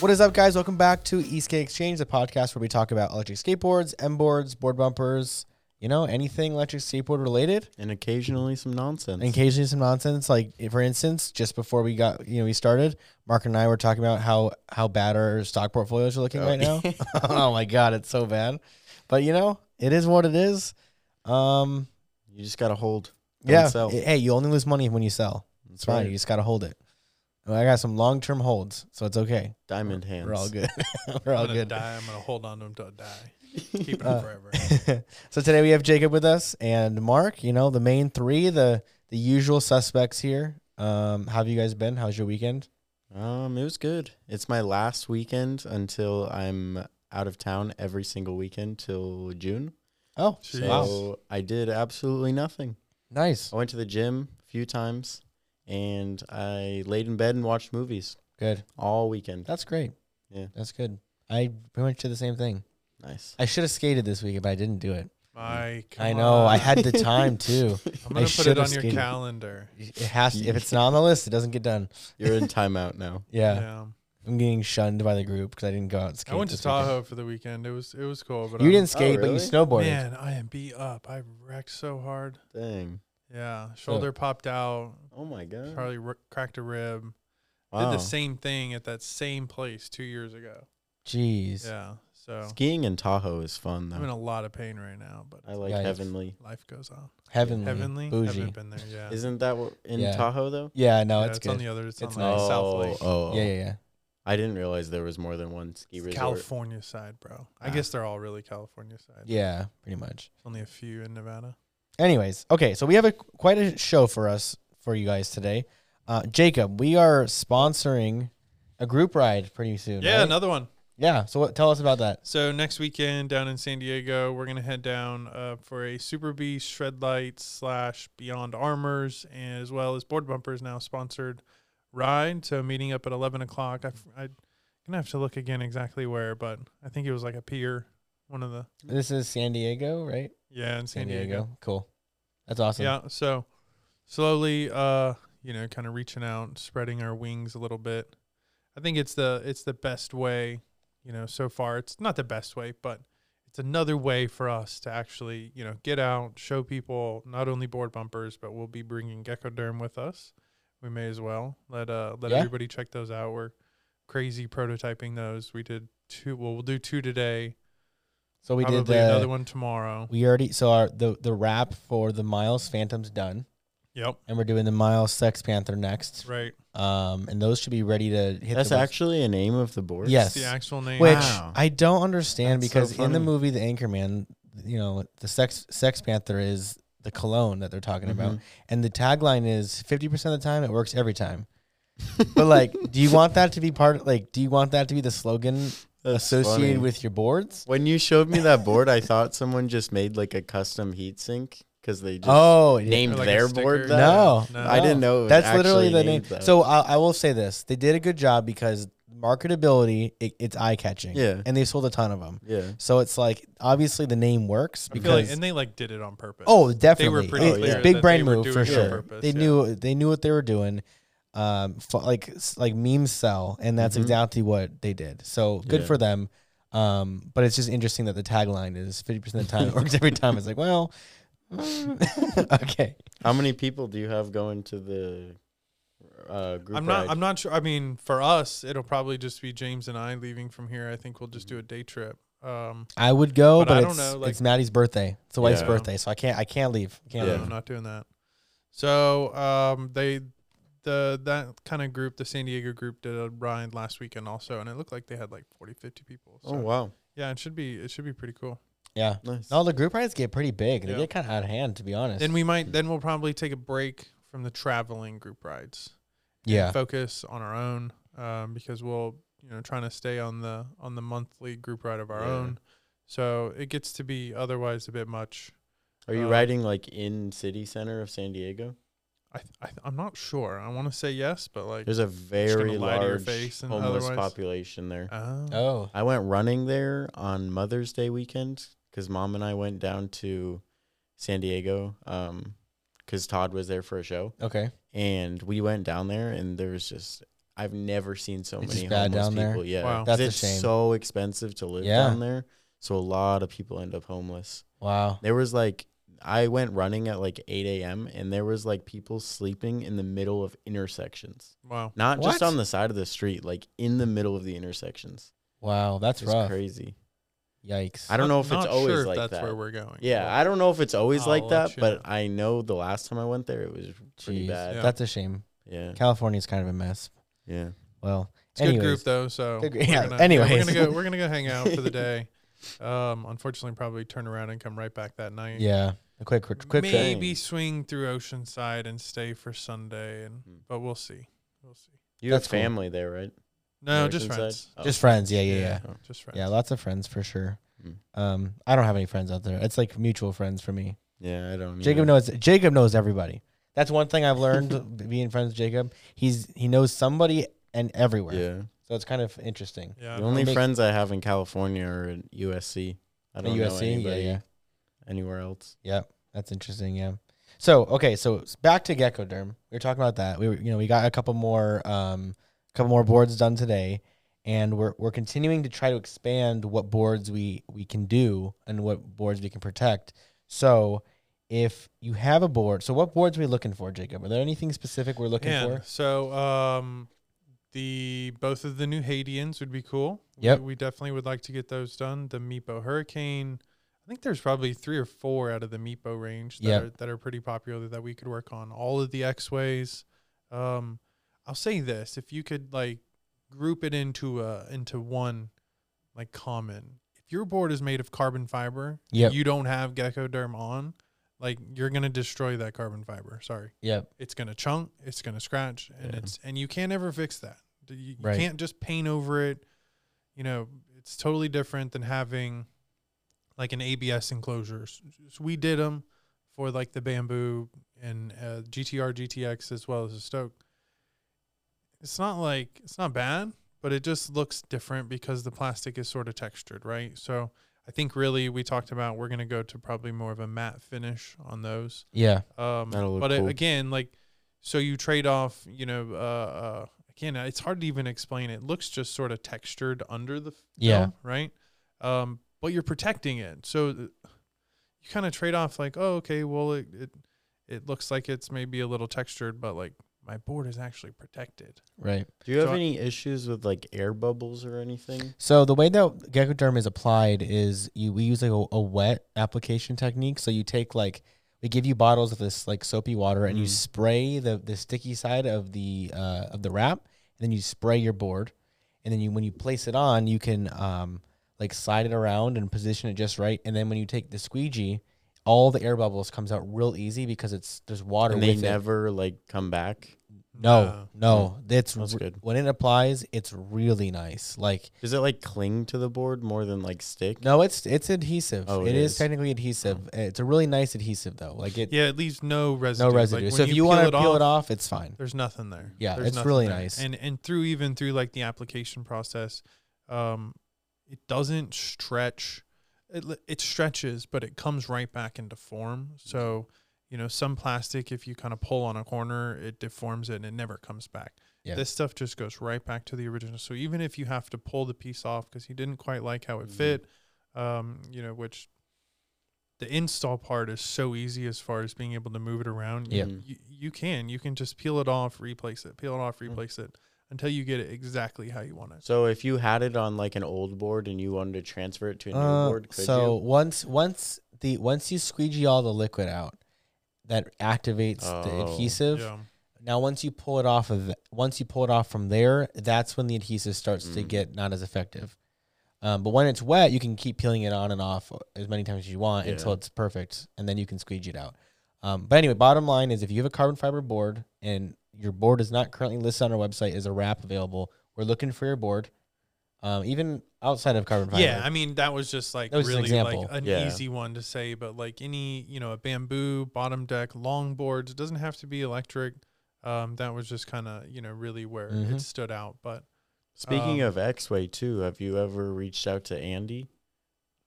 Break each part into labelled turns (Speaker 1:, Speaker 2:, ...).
Speaker 1: What is up, guys? Welcome back to Eastgate Exchange, the podcast where we talk about electric skateboards, M boards, board bumpers, you know, anything electric skateboard related.
Speaker 2: and occasionally some nonsense.
Speaker 1: And occasionally some nonsense. Like, if- for instance, just before we got, you know, we started, Mark and I were talking about how how bad our stock portfolios are looking right now. oh my god, it's so bad. But you know, it is what it is. Um,
Speaker 2: you just gotta hold. Don't
Speaker 1: yeah.
Speaker 2: sell.
Speaker 1: Hey, you only lose money when you sell.
Speaker 2: That's
Speaker 1: It's fine.
Speaker 2: right.
Speaker 1: You just gotta hold it. I got some long term holds, so it's okay.
Speaker 2: Diamond hands.
Speaker 1: We're all good. we're all
Speaker 3: I'm gonna
Speaker 1: good.
Speaker 3: die. I'm gonna hold on to him till I die. Keep it
Speaker 1: Uh,
Speaker 3: forever.
Speaker 1: so today we have Jacob with us and Mark. You know the main three, the the usual suspects here. Um, how have you guys been? How's your weekend?
Speaker 2: Um, it was good. It's my last weekend until I'm out of town every single weekend till June.
Speaker 1: Oh,
Speaker 3: Jeez.
Speaker 2: So I did absolutely nothing.
Speaker 1: nice,
Speaker 2: I went to the gym a few times and I laid in bed and watched movies
Speaker 1: good.
Speaker 2: all weekend.
Speaker 1: That's great.
Speaker 2: Yeah.
Speaker 1: that's good. I pretty much did the same thing.
Speaker 2: Nice.
Speaker 1: I should have skated this weekend, but I didn't do it.
Speaker 3: Mike,
Speaker 1: I
Speaker 3: come
Speaker 1: know. I
Speaker 3: on.
Speaker 1: had the time too.
Speaker 3: I'm gonna put
Speaker 1: should've
Speaker 3: it on your
Speaker 1: skated.
Speaker 3: calendar.
Speaker 1: It has. To, if it's not on the list, it doesn't get done.
Speaker 2: You're in timeout now.
Speaker 1: Yeah,
Speaker 3: Yeah.
Speaker 1: I'm getting shunned by the group because I didn't go out. And skate
Speaker 3: I went to
Speaker 1: this weekend.
Speaker 3: Tahoe for the weekend. It was it was cool, but
Speaker 1: You
Speaker 3: I'm-
Speaker 1: didn't skate, but you
Speaker 2: Oh, really?
Speaker 1: snowboarded.
Speaker 3: Man, I am beat up. I wrecked so hard.
Speaker 2: Dang.
Speaker 3: Yeah, shoulder popped out.
Speaker 2: Oh my god.
Speaker 3: Probably r- cracked a rib.
Speaker 2: wow.
Speaker 3: Did the same thing at that same place two years ago.
Speaker 1: Jeez.
Speaker 3: Yeah, so
Speaker 2: Skiing in Tahoe is fun
Speaker 3: I'm in
Speaker 2: though.
Speaker 3: a lot of pain right now, but
Speaker 2: I like
Speaker 1: Yeah, it's-
Speaker 2: heavenly.
Speaker 3: life goes on.
Speaker 1: Heavenly.
Speaker 3: Heavenly,
Speaker 1: Bougie.
Speaker 3: haven't been there. Yeah,
Speaker 2: Isn't that what, in
Speaker 1: Yeah.
Speaker 2: Tahoe though?
Speaker 1: Yeah. No,
Speaker 3: yeah,
Speaker 1: it's,
Speaker 3: it's,
Speaker 1: good.
Speaker 3: on the other. It's,
Speaker 1: It's
Speaker 3: on the
Speaker 1: nice.
Speaker 3: South Lake.
Speaker 2: oh,
Speaker 1: yeah, yeah, yeah.
Speaker 2: I didn't realize there was more than one ski
Speaker 3: It's
Speaker 2: resort.
Speaker 3: California side, bro. I
Speaker 2: Ah.
Speaker 3: guess they're all really California side.
Speaker 1: Yeah, pretty much.
Speaker 3: Only a few in Nevada.
Speaker 1: Anyways, okay, so we have a quite a show for us for you guys today. Uh, Jacob, we are sponsoring a group ride pretty soon.
Speaker 3: Yeah,
Speaker 1: right?
Speaker 3: another one.
Speaker 1: yeah. So what, tell us about that.
Speaker 3: So next weekend down in San Diego, we're gonna head down uh, for a Super B Shred Light slash Beyond Armors, and as well as Board Bumpers now sponsored ride. So meeting up at eleven o'clock. I f- I gonna have to look again exactly where, but I think it was like a pier, one of the
Speaker 1: This is San Diego, right?
Speaker 3: yeah in San, Diego.
Speaker 1: Cool. That's awesome.
Speaker 3: Yeah. So slowly, uh, you know, kind of reaching out, spreading our wings a little bit. I think it's the it's the best way, you know, so far. It's not the best way, but it's another way for us to actually, you know, get out, show people not only board bumpers, but we'll be bringing Gecko Derm with us. We may as well let uh let
Speaker 1: Yeah.
Speaker 3: everybody check those out. We're crazy prototyping those. We did two. Well, we'll do two today.
Speaker 1: So we
Speaker 3: probably
Speaker 1: did uh, the,
Speaker 3: another one tomorrow.
Speaker 1: We already so our the the wrap for the Miles Phantoms done,
Speaker 3: Yep.
Speaker 1: and we're doing the Miles Sex Panther next.
Speaker 3: Right.
Speaker 1: Um, and those should be ready to hit.
Speaker 2: That's
Speaker 1: the webs-
Speaker 2: actually a name of the board.
Speaker 1: Yes.
Speaker 3: The actual name.
Speaker 1: which
Speaker 2: Wow.
Speaker 1: I don't understand
Speaker 2: That's so
Speaker 1: because in the
Speaker 2: funny.
Speaker 1: movie The Anchorman, you know, the sex Sex Panther is the cologne that they're talking about,
Speaker 2: Mhm.
Speaker 1: and the tagline is fifty percent of the time it works every time. But like, do you want that to be part? Of, like, do you want that to be the slogan
Speaker 2: That's
Speaker 1: associated
Speaker 2: funny.
Speaker 1: with your boards?
Speaker 2: When you showed me that board, I thought someone just made like a custom heat sink because they just.
Speaker 1: oh, yeah.
Speaker 2: named
Speaker 3: Or like a
Speaker 2: their
Speaker 3: sticker.
Speaker 2: board that.
Speaker 1: no,
Speaker 3: No.
Speaker 2: I didn't know. it
Speaker 1: That's literally
Speaker 2: actually
Speaker 1: the name.
Speaker 2: named that.
Speaker 1: So I, I will say this: they did a good job because marketability, it, it's eye catching.
Speaker 2: Yeah.
Speaker 1: and they sold a ton of them.
Speaker 2: yeah,
Speaker 1: So it's like obviously the name works
Speaker 3: I
Speaker 1: because
Speaker 3: feel like, and they like did it on purpose.
Speaker 1: Oh, definitely.
Speaker 3: pretty
Speaker 1: It-
Speaker 2: clear
Speaker 1: it's
Speaker 2: that
Speaker 1: big
Speaker 3: they
Speaker 1: brand
Speaker 3: were
Speaker 1: move
Speaker 3: doing
Speaker 1: for
Speaker 3: it on
Speaker 1: sure.
Speaker 3: purpose,
Speaker 1: they
Speaker 3: yeah.
Speaker 1: knew they knew what they were doing. Um, fu- like s- like memes sell, and that's
Speaker 3: Mm-hmm.
Speaker 2: Mhm.
Speaker 1: exactly what they did. So good
Speaker 2: Yeah.
Speaker 1: for them. Um, but it's just interesting that the tagline is fifty percent of the time it works every time. It's like, well, mm, okay,
Speaker 2: how many people do you have going to the uh, group?
Speaker 3: I'm not.
Speaker 2: ride?
Speaker 3: I'm not sure. I mean, for us, it'll probably just be James and I leaving from here. I think we'll just do a day trip. Um,
Speaker 1: I would go,
Speaker 3: But
Speaker 1: but,
Speaker 3: I don't
Speaker 1: it's,
Speaker 3: know, like-
Speaker 1: it's Maddie's birthday. It's the wife's
Speaker 2: Yeah.
Speaker 1: birthday, so I can't I can't leave. Can't
Speaker 3: no,
Speaker 2: Yeah.
Speaker 3: I'm not doing that. So um, they the that kind of group, the San Diego group, did a ride last weekend also, and it looked like they had like 40, 50 people. So
Speaker 2: Oh wow,
Speaker 3: yeah, it should be it should be pretty cool.
Speaker 1: Yeah.
Speaker 2: nice.
Speaker 1: No, the group rides get pretty big. They
Speaker 3: Yeah.
Speaker 1: get kind of out of hand, to be honest.
Speaker 3: Then we might then we'll probably take a break from the traveling group rides. and
Speaker 1: yeah,
Speaker 3: focus on our own um, because we'll you know trying to stay on the on the monthly group ride of our
Speaker 2: Yeah.
Speaker 3: own so it gets to be otherwise a bit much
Speaker 2: Are you
Speaker 3: uh,
Speaker 2: riding like in city center of San Diego?
Speaker 3: I, th- I th- I'm not sure. I want to say yes, but like,
Speaker 2: There's a very
Speaker 3: lie to your
Speaker 2: large
Speaker 3: face and
Speaker 2: homeless
Speaker 3: otherwise-
Speaker 2: population there.
Speaker 3: oh,
Speaker 1: Oh,
Speaker 2: I went running there on Mother's Day weekend because mom and I went down to San Diego because Todd was there for a show,
Speaker 1: okay.
Speaker 2: and we went down there, and there was just I've never seen so
Speaker 1: It's
Speaker 2: many
Speaker 1: just bad
Speaker 2: homeless
Speaker 1: down there.
Speaker 2: people. Yeah,
Speaker 3: Wow.
Speaker 2: 'Cause
Speaker 1: That's a
Speaker 2: it's
Speaker 1: shame.
Speaker 2: so expensive to live
Speaker 1: Yeah.
Speaker 2: down there, so a lot of people end up homeless.
Speaker 1: Wow.
Speaker 2: There was like I went running at like 8 a.m. and there was like people sleeping in the middle of intersections,
Speaker 3: wow.
Speaker 2: not just
Speaker 1: What?
Speaker 2: on the side of the street, like in the middle of the intersections.
Speaker 1: Wow. That's
Speaker 2: It's
Speaker 1: rough.
Speaker 2: crazy.
Speaker 1: Yikes.
Speaker 2: I don't know if it's
Speaker 3: Not
Speaker 2: always
Speaker 3: sure if
Speaker 2: like
Speaker 3: that's
Speaker 2: that.
Speaker 3: where we're Oh, going.
Speaker 2: yeah, I don't know if it's always
Speaker 3: I'll
Speaker 2: like that,
Speaker 3: let you
Speaker 2: but
Speaker 3: know.
Speaker 2: I know the last time I went there, it was pretty
Speaker 1: Jeez.
Speaker 2: bad.
Speaker 3: Yeah.
Speaker 1: That's a shame.
Speaker 2: Yeah,
Speaker 1: California's kind of a mess.
Speaker 2: yeah.
Speaker 1: Well,
Speaker 3: It's a good group
Speaker 1: anyways.
Speaker 3: though, so
Speaker 1: Good gr-
Speaker 3: we're
Speaker 1: yeah,
Speaker 3: gonna- we're
Speaker 1: anyways.
Speaker 3: gonna go. We're gonna go hang out for the day. Um, unfortunately, probably turn around and come right back that night.
Speaker 1: Yeah. A quick, quick, quick.
Speaker 2: May-
Speaker 3: maybe swing through Oceanside and stay for Sunday, and
Speaker 2: Hmm.
Speaker 3: but we'll see. We'll see.
Speaker 2: You
Speaker 1: That's
Speaker 2: have
Speaker 1: cool.
Speaker 2: family there, right?
Speaker 3: No,
Speaker 2: Oceanside?
Speaker 3: just friends.
Speaker 2: Oh.
Speaker 1: Just friends. Yeah, yeah, yeah.
Speaker 3: Yeah.
Speaker 1: Yeah,
Speaker 2: Oh.
Speaker 3: Just friends.
Speaker 1: lots of friends for sure.
Speaker 2: Mm.
Speaker 1: Um, I don't have any friends out there. It's like mutual friends for me.
Speaker 2: Yeah, I don't.
Speaker 1: Jacob
Speaker 2: either.
Speaker 1: knows Jacob knows everybody. That's one thing I've learned being friends with Jacob. He's he knows somebody and everywhere.
Speaker 2: Yeah,
Speaker 1: So it's kind of interesting.
Speaker 3: Yeah.
Speaker 2: the only
Speaker 1: makes-
Speaker 2: friends I have in California are at USC. I
Speaker 1: The
Speaker 2: don't know
Speaker 1: USC, yeah,
Speaker 2: anybody
Speaker 1: yeah.
Speaker 2: anywhere else.
Speaker 1: Yep, that's interesting. Yeah. So okay, so s- back to Geckoderm. We were talking about that. We were, you know, we got a couple more, um, couple more boards done today, and we're we're continuing to try to expand what boards we we can do and what boards we can protect. So if you have a board, so what boards are we looking for, Jacob? Are there anything specific we're looking
Speaker 3: And
Speaker 1: for?
Speaker 3: so, um, the both of the new Haitians would be cool.
Speaker 1: Yep.
Speaker 3: We, we definitely would like to get those done. The Meepo Hurricane. I think there's probably three or four out of the Meepo range that,
Speaker 1: Yep.
Speaker 3: are, that are pretty popular that we could work on. All of the X ways. Um, I'll say this: if you could like group it into a into one like common. If your board is made of carbon fiber,
Speaker 1: Yep.
Speaker 3: you don't have Geckoderm on, like you're gonna destroy that carbon fiber. Sorry
Speaker 1: Yep.
Speaker 3: it's going to chunk, it's going to scratch, and
Speaker 2: Yeah.
Speaker 3: it's and you can't ever fix that. D- You, you
Speaker 1: Right.
Speaker 3: can't just paint over it. You know, it's totally different than having like an ABS enclosure. S- s- we did them for like the bamboo and uh, GTR GTX as well as the Stoke. It's not like it's not bad, but it just looks different because the plastic is sort of textured, right? So I think really we talked about we're going to go to probably more of a matte finish on those.
Speaker 1: Yeah.
Speaker 3: Um,
Speaker 2: That'll look
Speaker 3: but it-
Speaker 2: cool.
Speaker 3: again, like, so you trade off, you know, uh, uh, again, it's hard to even explain. It looks just sort of textured under the f-
Speaker 1: Yeah.
Speaker 3: film, right? Um, but you're protecting it, so th- you kind of trade off, like, oh, okay, well, it, it it looks like it's maybe a little textured, but like my board is actually protected.
Speaker 1: Right.
Speaker 2: Do you have
Speaker 3: So I-
Speaker 2: any issues with like air bubbles or anything?
Speaker 1: So the way that Geckoderm is applied is you we use like a, a wet application technique. So you take like we give you bottles of this like soapy water and you
Speaker 2: Mm.
Speaker 1: spray the the sticky side of the uh, of the wrap, and then you spray your board, and then you when you place it on, you can um, like slide it around and position it just right, and then when you take the squeegee, all the air bubbles comes out real easy because it's there's water.
Speaker 2: And they
Speaker 1: with it.
Speaker 2: never like come back.
Speaker 1: No, no, that's,
Speaker 2: mm, That's
Speaker 1: re-
Speaker 2: good.
Speaker 1: When it applies, it's really nice. Like
Speaker 2: Does it like cling to the board more than like stick?
Speaker 1: No, it's it's adhesive.
Speaker 2: Oh,
Speaker 1: it
Speaker 2: it
Speaker 1: is.
Speaker 2: is.
Speaker 1: technically adhesive. Eh, It's a really nice adhesive though. Like it,
Speaker 3: yeah, it leaves no residue.
Speaker 1: no residue.
Speaker 3: Like,
Speaker 1: so
Speaker 3: when
Speaker 1: if you, want to
Speaker 3: peel
Speaker 1: peel it off, it's fine.
Speaker 3: there's nothing there.
Speaker 1: Yeah,
Speaker 3: There's
Speaker 1: it's
Speaker 3: nothing
Speaker 1: really
Speaker 3: there.
Speaker 1: nice.
Speaker 3: And and through even through like the application process, um, it doesn't stretch. It l- it stretches, but it comes right back into form. So you know, some plastic, if you kind of pull on a corner, it deforms it and it never comes back.
Speaker 1: Yeah.
Speaker 3: This stuff just goes right back to the original. So even if you have to pull the piece off because you didn't quite like how it
Speaker 2: Mhm.
Speaker 1: Mm-hmm.
Speaker 3: fit, um, you know, which the install part is so easy as far as being able to move it around. You-
Speaker 1: Yeah.
Speaker 2: Mhm.
Speaker 3: you, you can. You can just peel it off, replace it, peel it off,
Speaker 1: Mm.
Speaker 3: replace it until you get it exactly how you want it.
Speaker 2: So if you had it on like an old board and you wanted to transfer it to a new
Speaker 1: Uh,
Speaker 2: board, could
Speaker 1: so
Speaker 2: you?
Speaker 1: once once the once you squeegee all the liquid out, that activates the
Speaker 2: Oh.
Speaker 1: adhesive.
Speaker 3: Yeah.
Speaker 1: Now once you pull it off of once you pull it off from there, that's when the adhesive starts to
Speaker 2: Mm.
Speaker 1: get not as effective. Um, but when it's wet, you can keep peeling it on and off as many times as you want until
Speaker 2: Yeah.
Speaker 1: it's perfect, and then you can squeegee it out. Um, but anyway, bottom line is if you have a carbon fiber board and your board is not currently listed on our website as a wrap available, we're looking for your board. um, even outside of carbon fiber.
Speaker 3: Yeah, I mean that was just like
Speaker 1: That was just an
Speaker 3: really like
Speaker 1: example.
Speaker 3: an
Speaker 2: Yeah.
Speaker 3: easy one to say, but like any you know a bamboo bottom deck longboards, it doesn't have to be electric. Um, that was just kind of you know really where
Speaker 1: Mhm.
Speaker 3: it stood out. But
Speaker 2: Speaking
Speaker 3: Um,
Speaker 2: of X Way too, have you ever reached out to Andy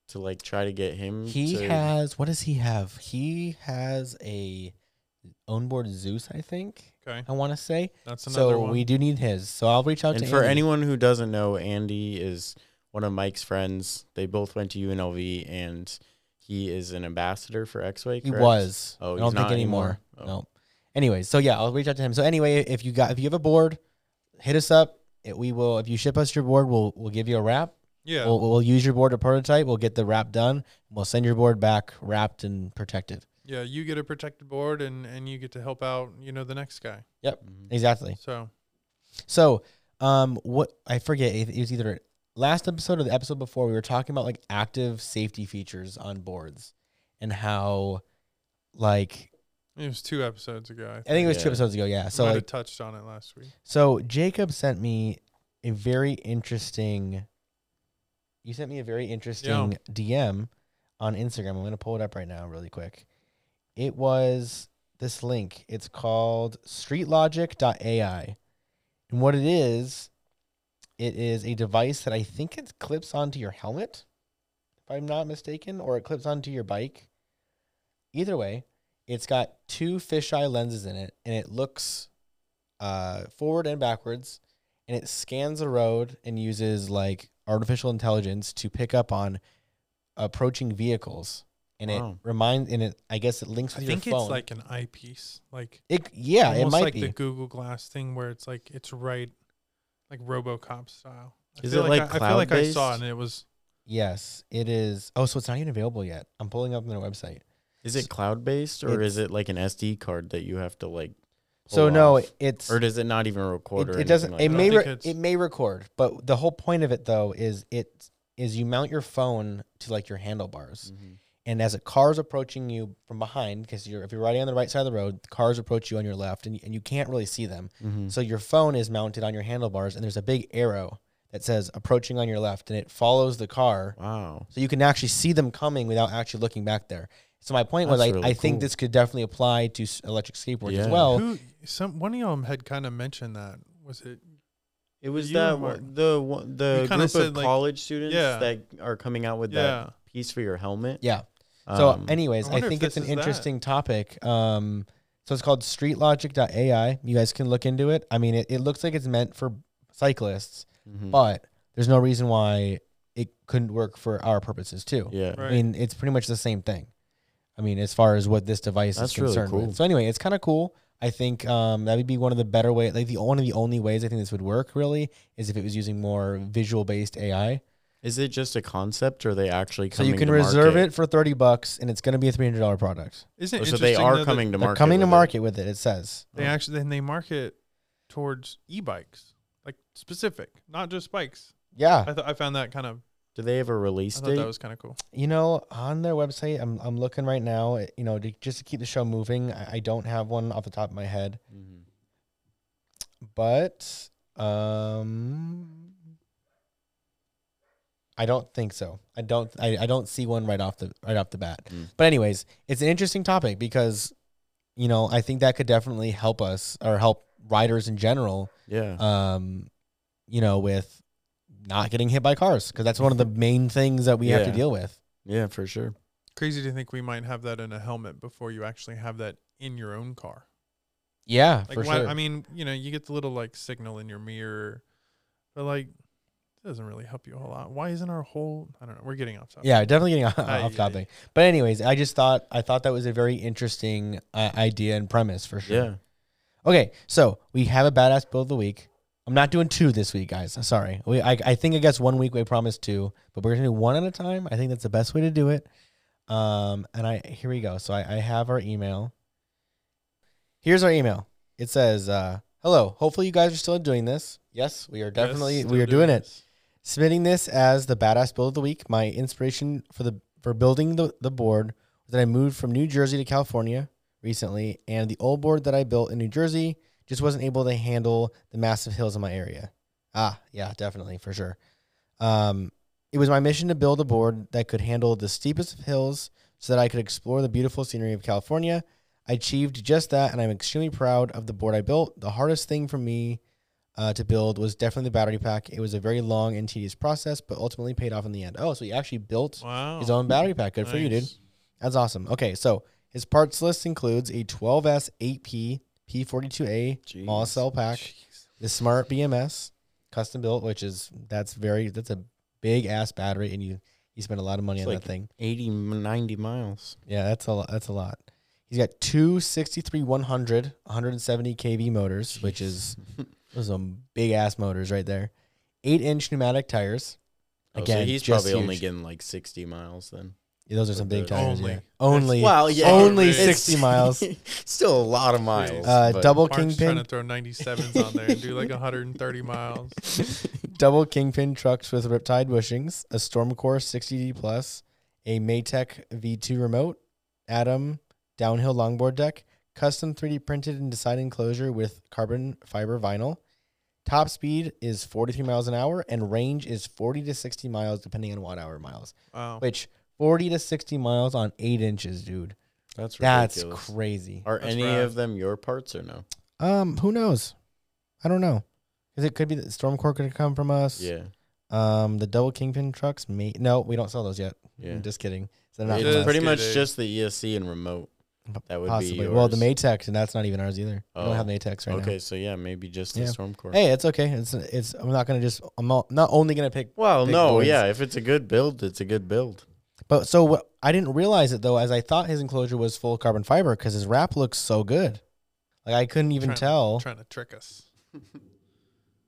Speaker 2: to like try to get him?
Speaker 1: he
Speaker 2: to,
Speaker 1: has what does he have? He has a onboard Zeus, I think.
Speaker 3: okay,
Speaker 1: I want to say.
Speaker 3: that's another
Speaker 1: So
Speaker 3: one.
Speaker 1: we do need his. So I'll reach out
Speaker 2: And
Speaker 1: to
Speaker 2: for
Speaker 1: Andy.
Speaker 2: anyone who doesn't know, Andy is one of Mike's friends. They both went to UNLV, and he is an ambassador for X Way.
Speaker 1: He was.
Speaker 2: Oh,
Speaker 1: I
Speaker 2: he's
Speaker 1: don't think
Speaker 2: not
Speaker 1: anymore.
Speaker 2: anymore? Oh.
Speaker 1: No. Anyways, so yeah, I'll reach out to him. So anyway, if you got if you have a board, hit us up. It, we will if you ship us your board, we'll we'll give you a wrap.
Speaker 3: yeah,
Speaker 1: We'll, we'll use your board to prototype. We'll get the wrap done. We'll send your board back wrapped and protected.
Speaker 3: yeah, you get a protected board and and you get to help out you know the next guy.
Speaker 2: Mm-hmm.
Speaker 1: Exactly.
Speaker 3: So
Speaker 1: So, um, what I forget it it was either last episode or the episode before we were talking about like active safety features on boards and how, like,
Speaker 3: it was two episodes ago. I think.
Speaker 1: I think it was two
Speaker 2: Yeah.
Speaker 1: episodes ago. Yeah.
Speaker 3: So
Speaker 1: So
Speaker 3: Might
Speaker 1: like,
Speaker 3: have touched on it last week.
Speaker 1: So Jacob sent me a very interesting. You sent me a very interesting DM on Instagram. I'm gonna pull it up right now, really quick. It was this link. It's called StreetLogic.ai, and what it is, it is a device that I think it clips onto your helmet, if I'm not mistaken, or it clips onto your bike. Either way, it's got two fisheye lenses in it, and it looks uh, forward and backwards, and it scans the road and uses like artificial intelligence to pick up on approaching vehicles. And
Speaker 2: Wow.
Speaker 1: it reminds, and it I guess it links
Speaker 3: I
Speaker 1: with
Speaker 3: think
Speaker 1: your phone.
Speaker 3: it's like an eyepiece, like
Speaker 1: it, yeah, it
Speaker 3: almost
Speaker 1: might
Speaker 3: like
Speaker 1: be.
Speaker 3: the Google Glass thing where it's like it's right, like RoboCop style. I
Speaker 2: Is
Speaker 3: feel
Speaker 2: it, like,
Speaker 3: I, I feel like I saw it
Speaker 2: cloud-based?
Speaker 3: and it was
Speaker 1: yes, it is. Oh, so it's not even available yet. I'm pulling up on their website.
Speaker 2: Is it cloud based or is it like an SD card that you have to like?
Speaker 1: So
Speaker 2: pull
Speaker 1: no,
Speaker 2: off?
Speaker 1: it's
Speaker 2: or does it not even record?
Speaker 1: it,
Speaker 2: or
Speaker 1: it
Speaker 2: anything
Speaker 1: doesn't.
Speaker 2: Like
Speaker 1: it
Speaker 2: that?
Speaker 1: may
Speaker 3: I think
Speaker 1: re-
Speaker 3: it's-
Speaker 1: it may record, but the whole point of it though is it is you mount your phone to like your handlebars,
Speaker 2: Mhm.
Speaker 1: and as a car's approaching you from behind, because you're if you're riding on the right side of the road, cars approach you on your left, and, and you can't really see them.
Speaker 2: Mhm.
Speaker 1: So your phone is mounted on your handlebars, and there's a big arrow that says approaching on your left, and it follows the car,
Speaker 2: Wow.
Speaker 1: so you can actually see them coming without actually looking back there. So my point was,
Speaker 2: That's
Speaker 1: I,
Speaker 2: really
Speaker 1: I think
Speaker 2: cool.
Speaker 1: this could definitely apply to s- electric skateboards as
Speaker 2: Yeah.
Speaker 1: well.
Speaker 3: who some one of y'all had kind of mentioned that was it
Speaker 2: It was
Speaker 3: you were
Speaker 2: that
Speaker 3: Martin.
Speaker 2: one, the one- the
Speaker 3: You kinda
Speaker 2: group of
Speaker 3: said, like-
Speaker 2: college students
Speaker 3: Yeah.
Speaker 2: that are coming out with that
Speaker 3: yeah
Speaker 2: piece for your helmet.
Speaker 1: Yeah. So,
Speaker 2: Um,
Speaker 1: anyways,
Speaker 3: I
Speaker 1: I,
Speaker 3: wonder if
Speaker 1: think it's
Speaker 3: this
Speaker 1: an
Speaker 3: is that.
Speaker 1: interesting topic. Um, so it's called StreetLogic.ai. You guys can look into it. I mean, it, it looks like it's meant for cyclists,
Speaker 2: mhm.
Speaker 1: but there's no reason why it couldn't work for our purposes too.
Speaker 2: yeah,
Speaker 3: right
Speaker 1: I mean, it's pretty much the same thing. I mean, as far as what this device is
Speaker 2: That's really
Speaker 1: concerned
Speaker 2: cool.
Speaker 1: with. So anyway, it's kind of cool. I think um, that would be one of the better way, like the one of the only ways I think this would work really is if it was using more visual based AI.
Speaker 2: is it just a concept or are they actually
Speaker 1: So
Speaker 2: coming?
Speaker 1: you can
Speaker 2: to
Speaker 1: reserve
Speaker 2: market?
Speaker 1: it for thirty bucks, and it's going to be a three hundred dollar product.
Speaker 3: isn't
Speaker 2: Oh,
Speaker 3: it
Speaker 2: so they
Speaker 3: interesting
Speaker 2: are
Speaker 3: though
Speaker 2: coming to
Speaker 1: They're
Speaker 2: market.
Speaker 1: coming to
Speaker 2: with it.
Speaker 1: market with it. It says
Speaker 3: that they actually then they market towards e-bikes like specific not just bikes
Speaker 1: Yeah,
Speaker 3: i, th- I found that kind of
Speaker 2: Do they have a release
Speaker 3: i thought
Speaker 2: date?
Speaker 3: that was kind of cool
Speaker 1: you know, on their website, I'm I'm looking right now. it- You know, to, just to keep the show moving, I, I don't have one off the top of my head,
Speaker 3: Mm-hmm.
Speaker 2: Mhm.
Speaker 1: but um, I don't think so. I don't I, I don't see one right off the right off the bat.
Speaker 2: Mm.
Speaker 1: But anyways, it's an interesting topic because, you know, I think that could definitely help us or help riders in general
Speaker 2: Yeah.
Speaker 1: um, you know, with not getting hit by cars because that's one of the main things that we have to
Speaker 2: Yeah.
Speaker 1: deal with.
Speaker 2: yeah, for sure.
Speaker 3: crazy to think we might have that in a helmet before you actually have that in your own car
Speaker 1: Yeah,
Speaker 3: like
Speaker 1: for
Speaker 3: why,
Speaker 1: sure.
Speaker 3: i mean you know you get the little like signal in your mirror but like it doesn't really help you a whole lot why isn't our whole i don't know we're getting off topic
Speaker 1: yeah, definitely getting off,
Speaker 3: Aye,
Speaker 1: off
Speaker 3: aye.
Speaker 1: topic. But anyways, I just thought I thought that was a very interesting uh, idea and premise for sure.
Speaker 2: Yeah.
Speaker 1: Okay, so we have a badass build of the week. I'm not doing two this week, guys. I'm sorry. We, I, I think I guess one week we promised two, but we're gonna do one at a time. I think that's the best way to do it. Um, and I here we go. So I, I have our email. Here's our email. It says, uh, "Hello. Hopefully you guys are still doing this. Yes, we are
Speaker 3: Yes,
Speaker 1: definitely
Speaker 3: still
Speaker 1: we are doing it.
Speaker 3: this.
Speaker 1: Submitting this as the badass build of the week, my inspiration for the for building the, the board was that I moved from New Jersey to California recently, and the old board that I built in New Jersey just wasn't able to handle the massive hills in my area. Ah, yeah, definitely for sure. Um, it was my mission to build a board that could handle the steepest of hills so that I could explore the beautiful scenery of California. I achieved just that, and I'm extremely proud of the board I built. The hardest thing for me uh, to build was definitely the battery pack. It was a very long and tedious process, but ultimately paid off in the end. Oh, so he actually built
Speaker 3: Wow.
Speaker 1: his own battery pack. Good for you, dude.
Speaker 3: Nice.
Speaker 1: That's awesome. Okay, so his parts list includes a 12S 8P P42A mall
Speaker 2: Jeez.
Speaker 1: cell pack,
Speaker 3: Jeez.
Speaker 1: the Smart BMS custom built, which is that's very that's a big ass battery, and you you spend a lot of money
Speaker 2: It's
Speaker 1: on
Speaker 2: like-
Speaker 1: that thing.
Speaker 2: 80, 90 miles.
Speaker 1: Yeah, that's a lot. That's a lot. He's got two 63 100 170 kV motors, which is those are some big ass motors right there. Eight inch pneumatic tires.
Speaker 2: Oh,
Speaker 1: Again,
Speaker 2: so he's
Speaker 1: just
Speaker 2: probably only
Speaker 1: huge.
Speaker 2: getting like 60 miles then.
Speaker 1: Yeah, those are some big
Speaker 2: the-
Speaker 1: tires. Only,
Speaker 3: Only.
Speaker 1: only,
Speaker 2: Well, yeah,
Speaker 1: only
Speaker 3: it's-
Speaker 1: sixty miles.
Speaker 2: Still a lot of miles.
Speaker 1: Uh,
Speaker 2: but-
Speaker 1: double
Speaker 3: Mark's trying to
Speaker 1: kingpin,
Speaker 3: throw 97s on there and do like 130 miles.
Speaker 1: double kingpin trucks with riptide bushings, a Stormcore 60D plus, a Maytech V2 remote, Atom downhill longboard deck, custom 3D printed and designed enclosure with carbon fiber vinyl. Top speed is 43 miles an hour and range is 40 to 60 miles depending on watt hour miles.
Speaker 3: Wow.
Speaker 1: Which 40 to 60 miles on eight inches, dude.
Speaker 2: That's ridiculous.
Speaker 1: That's crazy.
Speaker 2: Are
Speaker 3: That's
Speaker 2: any
Speaker 3: rad.
Speaker 2: of them your parts or no?
Speaker 1: Um, who knows? I don't know. Because it could be that Stormcore could come from us.
Speaker 2: Yeah.
Speaker 1: Um, the double kingpin trucks. Me, no, we don't sell those yet.
Speaker 2: Yeah.
Speaker 1: I'm just kidding. So they're
Speaker 2: It's
Speaker 1: not
Speaker 3: Just
Speaker 1: from
Speaker 2: pretty
Speaker 3: get
Speaker 2: much
Speaker 3: a-
Speaker 2: just the ESC and remote.
Speaker 1: Po-
Speaker 2: That would
Speaker 1: us, possibly.
Speaker 2: be yours.
Speaker 1: Well, the Matex, and that's not even ours either. We
Speaker 2: Oh,
Speaker 1: don't have Matex right
Speaker 2: okay, so yeah, maybe just the
Speaker 1: Yeah.
Speaker 2: Stormcore.
Speaker 1: now. Hey, it's okay. It's it's. I'm not gonna just. I'm not, not only gonna pick.
Speaker 2: well,
Speaker 1: big
Speaker 2: no,
Speaker 1: boards.
Speaker 2: yeah, if it's a good build, it's a good build.
Speaker 1: But so what? I didn't realize it though, as I thought his enclosure was full carbon fiber because his wrap looks so good. Like I couldn't even
Speaker 3: Trying-
Speaker 1: tell.
Speaker 3: Trying to trick us.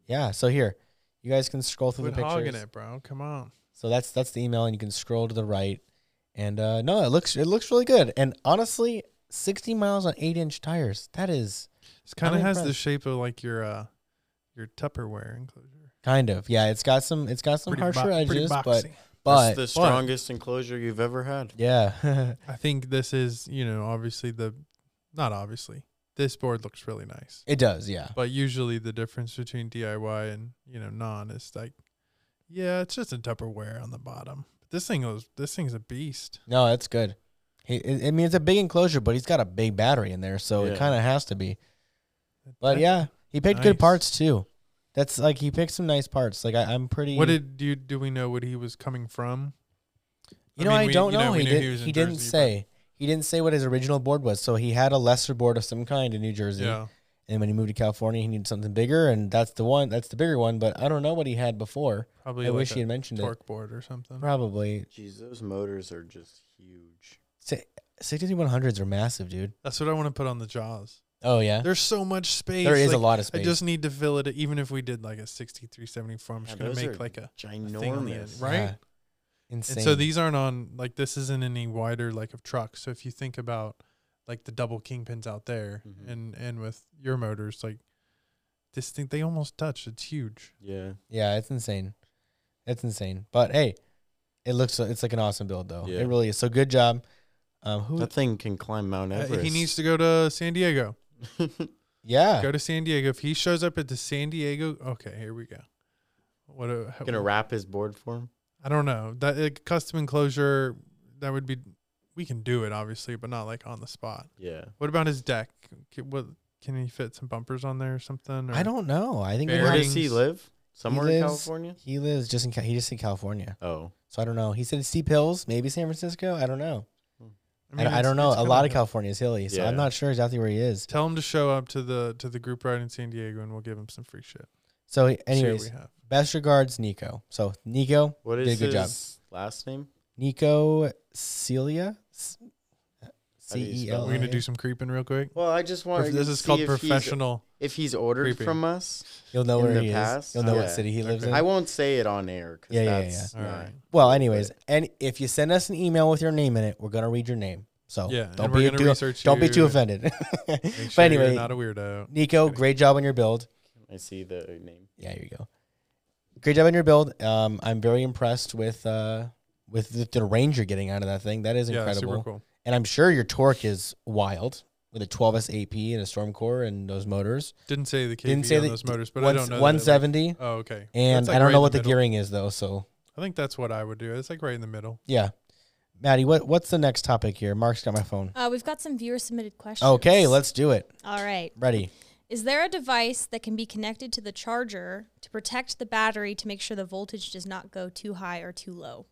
Speaker 1: Yeah. So here, you guys can scroll through
Speaker 3: Quit
Speaker 1: the
Speaker 3: hogging
Speaker 1: pictures.
Speaker 3: it, bro. Come on.
Speaker 1: So that's that's the email, and you can scroll to the right. And uh, no, it looks it looks really good. And honestly, sixty miles on eight inch tires. That is
Speaker 3: This kind of
Speaker 1: I'm
Speaker 3: has the
Speaker 1: impressed.
Speaker 3: shape of like your uh your Tupperware enclosure.
Speaker 1: kind of yeah. It's got some it's got some harsher
Speaker 3: bo- pretty
Speaker 1: edges, but
Speaker 3: boxy.
Speaker 1: but
Speaker 2: it's the strongest enclosure you've ever had.
Speaker 1: yeah.
Speaker 3: I think this is, you know, obviously the not obviously. This board looks really nice.
Speaker 1: it does. Yeah.
Speaker 3: But usually the difference between DIY and, you know, non is like yeah, it's just a Tupperware on the bottom. This thing goes this thing's a beast.
Speaker 1: No, that's good. He, I I mean, it's a big enclosure, but he's got a big battery in there, so
Speaker 2: Yeah.
Speaker 1: it kind of has to be. But yeah, he picked
Speaker 3: Nice.
Speaker 1: good parts too. That's like he picked some nice parts. Like I, I'm pretty.
Speaker 3: What did do you do we know what he was coming from?
Speaker 1: You
Speaker 3: I
Speaker 1: know,
Speaker 3: mean,
Speaker 1: I,
Speaker 3: we-
Speaker 1: don't
Speaker 3: you know,
Speaker 1: know.
Speaker 3: we
Speaker 1: He,
Speaker 3: knew
Speaker 1: did,
Speaker 3: he was in
Speaker 1: he didn't
Speaker 3: Jersey, but-
Speaker 1: say. He didn't say what his original board was. So he had a lesser board of some kind in New Jersey.
Speaker 3: Yeah.
Speaker 1: And when he moved to California, he needed something bigger, and that's the one. That's the bigger one. But I don't know what he had before.
Speaker 3: Probably
Speaker 1: I
Speaker 3: like
Speaker 1: wish
Speaker 3: a
Speaker 1: he had mentioned it.
Speaker 3: torque board or something.
Speaker 1: Probably
Speaker 2: Jeez, those motors are just huge.
Speaker 1: sixty-three one hundreds are massive, dude.
Speaker 3: That's what I want to put on the jaws.
Speaker 1: Oh yeah,
Speaker 3: There's so much space.
Speaker 1: there is
Speaker 3: like,
Speaker 1: a lot of
Speaker 3: I
Speaker 1: space.
Speaker 3: just need to fill it. Even if we did like a 63, 74, I'm just
Speaker 2: Yeah,
Speaker 3: gonna
Speaker 2: those
Speaker 3: make
Speaker 2: are
Speaker 3: like a. on the end,
Speaker 2: Ginormous.
Speaker 3: right?
Speaker 1: Yeah. Insane.
Speaker 3: And so these aren't on like this isn't any wider like of trucks. So if you think about like the double kingpins out there
Speaker 1: Mm-hmm.
Speaker 2: Mhm.
Speaker 3: and and with your motors like this thing they almost touch. It's huge.
Speaker 2: Yeah.
Speaker 1: yeah, it's insane. It's insane. But hey, it looks it's like an awesome build though.
Speaker 2: Yeah.
Speaker 1: It really is. So good job. Um, who?
Speaker 2: That thing can climb Mount
Speaker 3: Uh,
Speaker 2: Everest.
Speaker 3: he needs to go to San Diego.
Speaker 1: yeah.
Speaker 3: Go to San Diego. If he shows up at the San Diego, okay, here we go. What a,
Speaker 2: Gonna wrap his board for him.
Speaker 3: I don't know that like, custom enclosure that would be we can do it obviously, but not like on the spot.
Speaker 2: Yeah.
Speaker 3: What about his deck? Can, what can he fit some bumpers on there or something? Or
Speaker 1: I don't know. I think we
Speaker 3: Very-
Speaker 2: Where
Speaker 1: might-
Speaker 2: does he
Speaker 3: Bearings.
Speaker 2: live? Somewhere in
Speaker 1: lives-
Speaker 2: California?
Speaker 1: he lives just in Ca- he just in California.
Speaker 2: Oh.
Speaker 1: So I don't know. He said steep hills, maybe San Francisco. I don't know. I, I
Speaker 3: it's-
Speaker 1: don't know.
Speaker 3: it's
Speaker 1: A
Speaker 3: kinda
Speaker 1: lot of
Speaker 3: hip.
Speaker 1: California is hilly, so
Speaker 2: Yeah.
Speaker 1: I'm not sure exactly where he is.
Speaker 3: Tell him to show up to the to the group ride in San Diego, and we'll give him some free shit.
Speaker 1: So,
Speaker 3: See what
Speaker 1: anyways,
Speaker 3: we have.
Speaker 1: best regards, Nico. So Nico,
Speaker 2: What
Speaker 1: Did a
Speaker 2: is
Speaker 1: good
Speaker 2: his
Speaker 1: job.
Speaker 2: last name?
Speaker 1: Nico Celia, C
Speaker 2: How do you
Speaker 1: E
Speaker 2: spell
Speaker 1: L.
Speaker 2: it?
Speaker 3: We're gonna do some creeping real quick.
Speaker 2: Well, I just want
Speaker 3: Prof- this is called professional.
Speaker 2: If he's ordered
Speaker 3: Creepy.
Speaker 2: from us,
Speaker 1: You'll know
Speaker 2: in
Speaker 1: where
Speaker 2: the
Speaker 1: he is.
Speaker 2: past?
Speaker 1: You'll know
Speaker 2: Yeah.
Speaker 1: what city he lives
Speaker 3: Okay.
Speaker 1: in.
Speaker 2: I won't say it on air. 'cause
Speaker 1: Yeah, yeah,
Speaker 2: that's
Speaker 3: All
Speaker 2: not-
Speaker 3: right.
Speaker 1: well, anyways, and if you send us an email with your name in it, we're gonna read your name. So
Speaker 3: Yeah, and
Speaker 1: don't
Speaker 3: we're
Speaker 1: be
Speaker 3: gonna
Speaker 1: too,
Speaker 3: research
Speaker 1: don't be
Speaker 3: you
Speaker 1: too
Speaker 3: and
Speaker 1: offended.
Speaker 3: Make
Speaker 1: but
Speaker 3: sure you're
Speaker 1: anyway,
Speaker 3: not a weirdo.
Speaker 1: Nico,
Speaker 3: kidding.
Speaker 1: great job on your build.
Speaker 2: I see the name.
Speaker 1: Yeah, here you go. Great job on your build. Um, I'm very impressed with uh with the, the range you're getting out of that thing. That is
Speaker 3: Yeah,
Speaker 1: incredible,
Speaker 3: super cool.
Speaker 1: and I'm sure your torque is wild. with a 12S AP and a storm core and those motors.
Speaker 3: Didn't say the KV
Speaker 1: Didn't say
Speaker 3: on
Speaker 1: that-
Speaker 3: those motors, but I
Speaker 1: One-
Speaker 3: don't know. that it, like-
Speaker 1: 170,
Speaker 3: oh, okay.
Speaker 1: and
Speaker 3: That's, like,
Speaker 1: I don't
Speaker 3: right
Speaker 1: know
Speaker 3: in
Speaker 1: what the
Speaker 3: middle.
Speaker 1: gearing is though. So
Speaker 3: I think that's what I would do. It's like right in the middle.
Speaker 1: yeah, Maddie, what what's the next topic here? Mark's got my phone.
Speaker 4: Uh, we've got some viewer submitted questions.
Speaker 1: Okay, let's do it.
Speaker 4: All right.
Speaker 1: Ready?
Speaker 4: Is there a device that can be connected to the charger to protect the battery to make sure the voltage does not go too high or too low?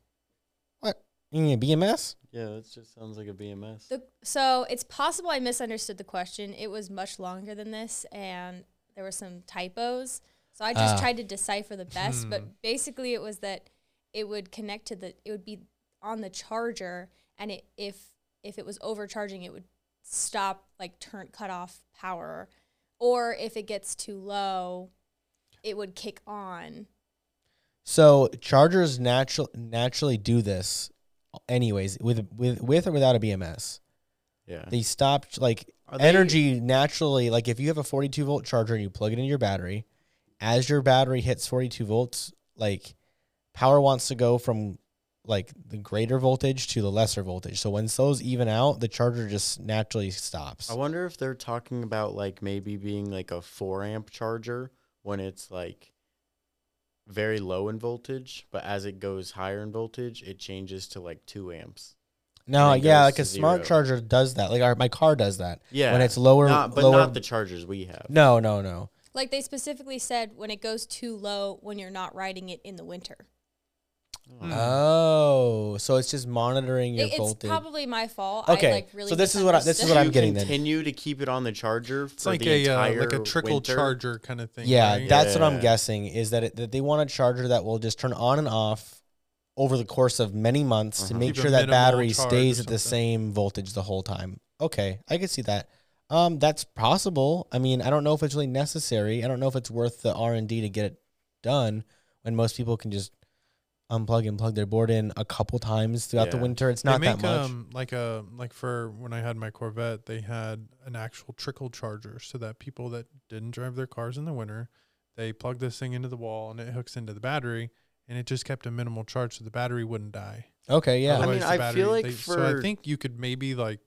Speaker 1: You mean BMS?
Speaker 2: Yeah, that just sounds like a BMS.
Speaker 4: The, so it's possible I misunderstood the question. It was much longer than this, and there were some typos. So I just
Speaker 1: Ah.
Speaker 4: tried to decipher the best,
Speaker 3: Hmm.
Speaker 4: but basically it was that it would connect to the. It would be on the charger, and it, if if it was overcharging, it would stop like turn cut off power, or if it gets too low, it would kick on.
Speaker 1: So chargers natural naturally do this, anyways, with with with or without a BMS.
Speaker 2: yeah.
Speaker 1: They stop like
Speaker 2: Are they-
Speaker 1: energy naturally. Like if you have a 42 volt charger and you plug it into your battery, as your battery hits 42 volts, like power wants to go from like the greater voltage to the lesser voltage. So once those even out, the charger just naturally stops.
Speaker 2: I wonder if they're talking about like maybe being like a four amp charger when it's like very low in voltage, but as it goes higher in voltage, it changes to like two amps.
Speaker 1: No,
Speaker 2: and it
Speaker 1: yeah,
Speaker 2: goes
Speaker 1: like
Speaker 2: to
Speaker 1: a smart
Speaker 2: zero.
Speaker 1: charger does that. Like our, my car does that.
Speaker 2: Yeah,
Speaker 1: When it's lower,
Speaker 2: not, but
Speaker 1: lower.
Speaker 2: not the chargers we have.
Speaker 1: no, no, no.
Speaker 4: Like they specifically said, when it goes too low, when you're not riding it in the winter.
Speaker 2: Hmm.
Speaker 3: Mm.
Speaker 1: Hmm. Oh, so it's just monitoring your
Speaker 4: It- it's
Speaker 1: voltage.
Speaker 4: probably my fault.
Speaker 1: Okay,
Speaker 4: I, like, really
Speaker 1: so this is what I- this is
Speaker 4: misunderstood.
Speaker 1: what I'm
Speaker 2: You
Speaker 1: getting then.
Speaker 2: Continue to keep it on the charger for
Speaker 3: It's like
Speaker 2: the
Speaker 3: a uh,
Speaker 2: entire
Speaker 3: like a trickle
Speaker 2: winter?
Speaker 3: charger kind of thing.
Speaker 1: yeah,
Speaker 3: right?
Speaker 1: that's what I'm
Speaker 2: Yeah.
Speaker 1: guessing is that it, that they want a charger that will just turn on and off over the course of many months to
Speaker 2: Uh-huh.
Speaker 1: make
Speaker 3: Mm-hmm. Keep a
Speaker 1: sure that
Speaker 3: minimal
Speaker 1: battery
Speaker 3: charge or
Speaker 1: stays at the
Speaker 3: something.
Speaker 1: same voltage the whole time. Okay, I could see that. Um, that's possible. I mean, I don't know if it's really necessary. I don't know if it's worth the R and D to get it done when most people can just unplug and plug their board in a couple times throughout the
Speaker 2: Yeah.
Speaker 1: winter. It's
Speaker 3: They
Speaker 1: not
Speaker 3: make
Speaker 1: that much.
Speaker 3: um like a like for when I had my Corvette, they had an actual trickle charger so that people that didn't drive their cars in the winter, they plug this thing into the wall and it hooks into the battery and it just kept a minimal charge so the battery wouldn't die.
Speaker 1: okay, yeah.
Speaker 2: I mean,
Speaker 3: Otherwise, the
Speaker 2: I feel
Speaker 3: battery-
Speaker 2: like
Speaker 3: they- so I
Speaker 2: for-
Speaker 3: think you could maybe like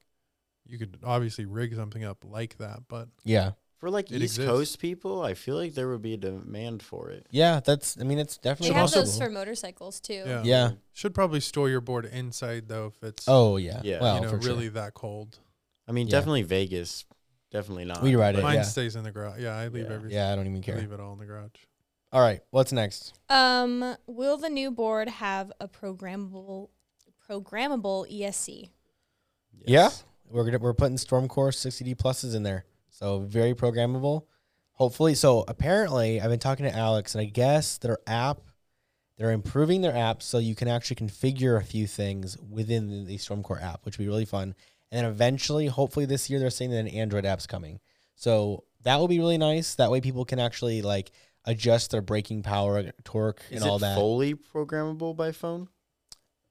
Speaker 3: you could obviously rig something up like that, but
Speaker 1: yeah.
Speaker 2: For like
Speaker 3: It
Speaker 2: East
Speaker 3: exists.
Speaker 2: Coast people, I feel like there would be a demand for it.
Speaker 1: Yeah, that's. I mean, it's
Speaker 4: They
Speaker 1: definitely
Speaker 4: have
Speaker 1: possible.
Speaker 4: those for motorcycles too.
Speaker 3: yeah.
Speaker 1: yeah.
Speaker 3: Should probably store your board inside though if it's
Speaker 1: Oh yeah.
Speaker 2: Yeah.
Speaker 1: Well,
Speaker 3: you know
Speaker 1: for sure.
Speaker 3: really that cold.
Speaker 2: I mean,
Speaker 1: Yeah.
Speaker 2: definitely Vegas. Definitely not.
Speaker 1: We ride it,
Speaker 2: but-
Speaker 3: Mine
Speaker 1: yeah.
Speaker 3: stays in the garage. Yeah, I leave
Speaker 2: Yeah.
Speaker 3: everything.
Speaker 1: Yeah, I don't even
Speaker 3: I
Speaker 1: care.
Speaker 3: leave it all in the garage.
Speaker 1: All right, what's next?
Speaker 4: Um, will the new board have a programmable programmable E ESC?
Speaker 2: Yes.
Speaker 1: We're gonna, we're putting Stormcore 60D pluses in there, so very programmable. Hopefully, so apparently I've been talking to Alex, and I guess their app, they're improving their app so you can actually configure a few things within the, the Stormcore app, which would be really fun. And then eventually, hopefully this year, they're saying that an Android app's coming. So that will be really nice. That way, people can actually like adjust their braking power, torque,
Speaker 2: Is
Speaker 1: and all
Speaker 2: it
Speaker 1: that.
Speaker 2: fully programmable by phone,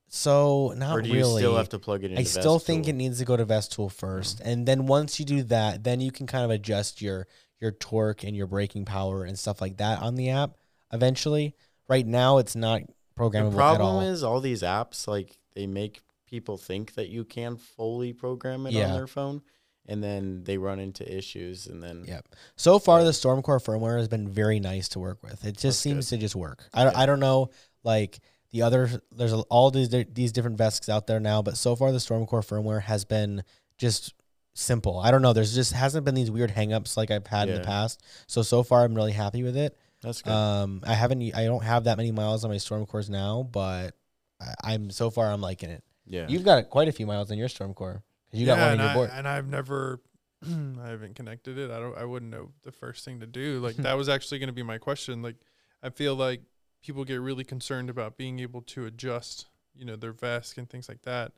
Speaker 1: so not
Speaker 2: or do
Speaker 1: really.
Speaker 2: you still have to plug it in?
Speaker 1: I still think it needs to go to Vestool first, and then once you do that, then you can kind of adjust your your torque and your braking power and stuff like that on the app. Eventually, right now it's not
Speaker 2: The
Speaker 1: programmable at all.
Speaker 2: problem is all these apps like they make people think that you can fully program it
Speaker 1: Yeah.
Speaker 2: on their phone, and then they run into issues, and then
Speaker 1: Yep. So far, the Stormcore firmware has been very nice to work with. It just
Speaker 2: That's
Speaker 1: seems to just work. I, don't- I don't know, like the other, there's all these these different Vesks out there now, but so far the Stormcore firmware has been just simple. I don't know. There's just hasn't been these weird hangups like I've had in the
Speaker 2: Yeah.
Speaker 1: past. So so far, I'm really happy with it.
Speaker 2: that's good.
Speaker 1: Um, I haven't, I don't have that many miles on my Stormcores now, but I, I'm so far I'm liking it.
Speaker 2: yeah,
Speaker 1: You've got quite a few miles on your Stormcore because you got
Speaker 3: Yeah,
Speaker 1: one on
Speaker 3: and
Speaker 1: your
Speaker 3: I,
Speaker 1: board.
Speaker 3: And I've never, I haven't connected it. I don't. I wouldn't know the first thing to do. Like
Speaker 1: Hmm.
Speaker 3: that was actually going to be my question. Like, I feel like people get really concerned about being able to adjust, you know, their vest and things like that.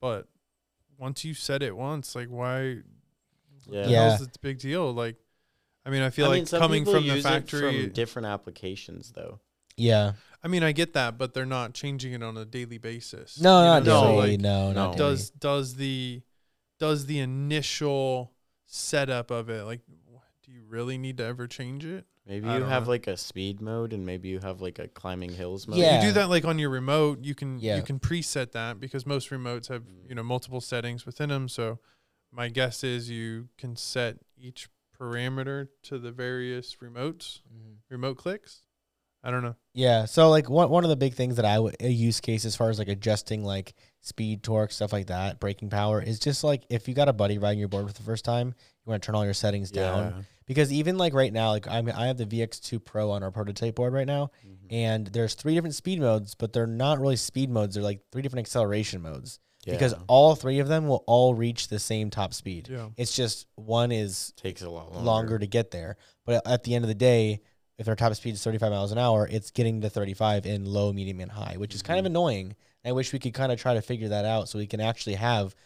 Speaker 3: But once you set it once, like why?
Speaker 2: Yeah.
Speaker 1: Yeah.
Speaker 3: it's a big deal. Like, I mean, I feel like
Speaker 2: some
Speaker 3: coming
Speaker 2: people
Speaker 3: from the
Speaker 2: use it
Speaker 3: factory.
Speaker 2: from different applications though.
Speaker 1: yeah.
Speaker 3: I mean, I get that, but they're not changing it on a daily basis.
Speaker 1: No,
Speaker 3: you
Speaker 1: not
Speaker 3: know?
Speaker 2: no,
Speaker 1: daily.
Speaker 3: Like,
Speaker 1: no, not
Speaker 2: no.
Speaker 1: daily.
Speaker 3: does does the does the initial setup of it like wh- do you really need to ever change it
Speaker 2: Maybe
Speaker 3: I
Speaker 2: you
Speaker 3: don't
Speaker 2: have
Speaker 3: know.
Speaker 2: like a speed mode, and maybe you have like a climbing hills mode.
Speaker 1: Yeah.
Speaker 3: you do that like on your remote you can
Speaker 1: Yeah. Mm.
Speaker 3: you can preset that because most remotes have you know multiple settings within them so my guess is you can set each parameter to the various remotes,
Speaker 1: Mm-hmm.
Speaker 3: remote clicks. I don't know.
Speaker 1: Yeah. So like one one of the big things that I would a use case as far as like adjusting like speed, torque, stuff like that, braking power is just like if you got a buddy riding your board for the first time, you want to turn all your settings down because even like right now, like I'm I have the VX2 Pro on our prototype board right now,
Speaker 2: Mhm.
Speaker 1: and there's three different speed modes, but they're not really speed modes. They're like three different acceleration modes because
Speaker 2: Yeah.
Speaker 1: all three of them will all reach the same top speed.
Speaker 3: Yeah.
Speaker 1: It's just one is
Speaker 2: takes a lot longer.
Speaker 1: longer. to get there. But at the end of the day, if their top speed is 35 miles an hour, it's getting to 35 in low, medium, and high, which is kind of
Speaker 3: Mm-hmm.
Speaker 2: Mhm.
Speaker 1: annoying. I wish we could kind of try to figure that out so we can actually have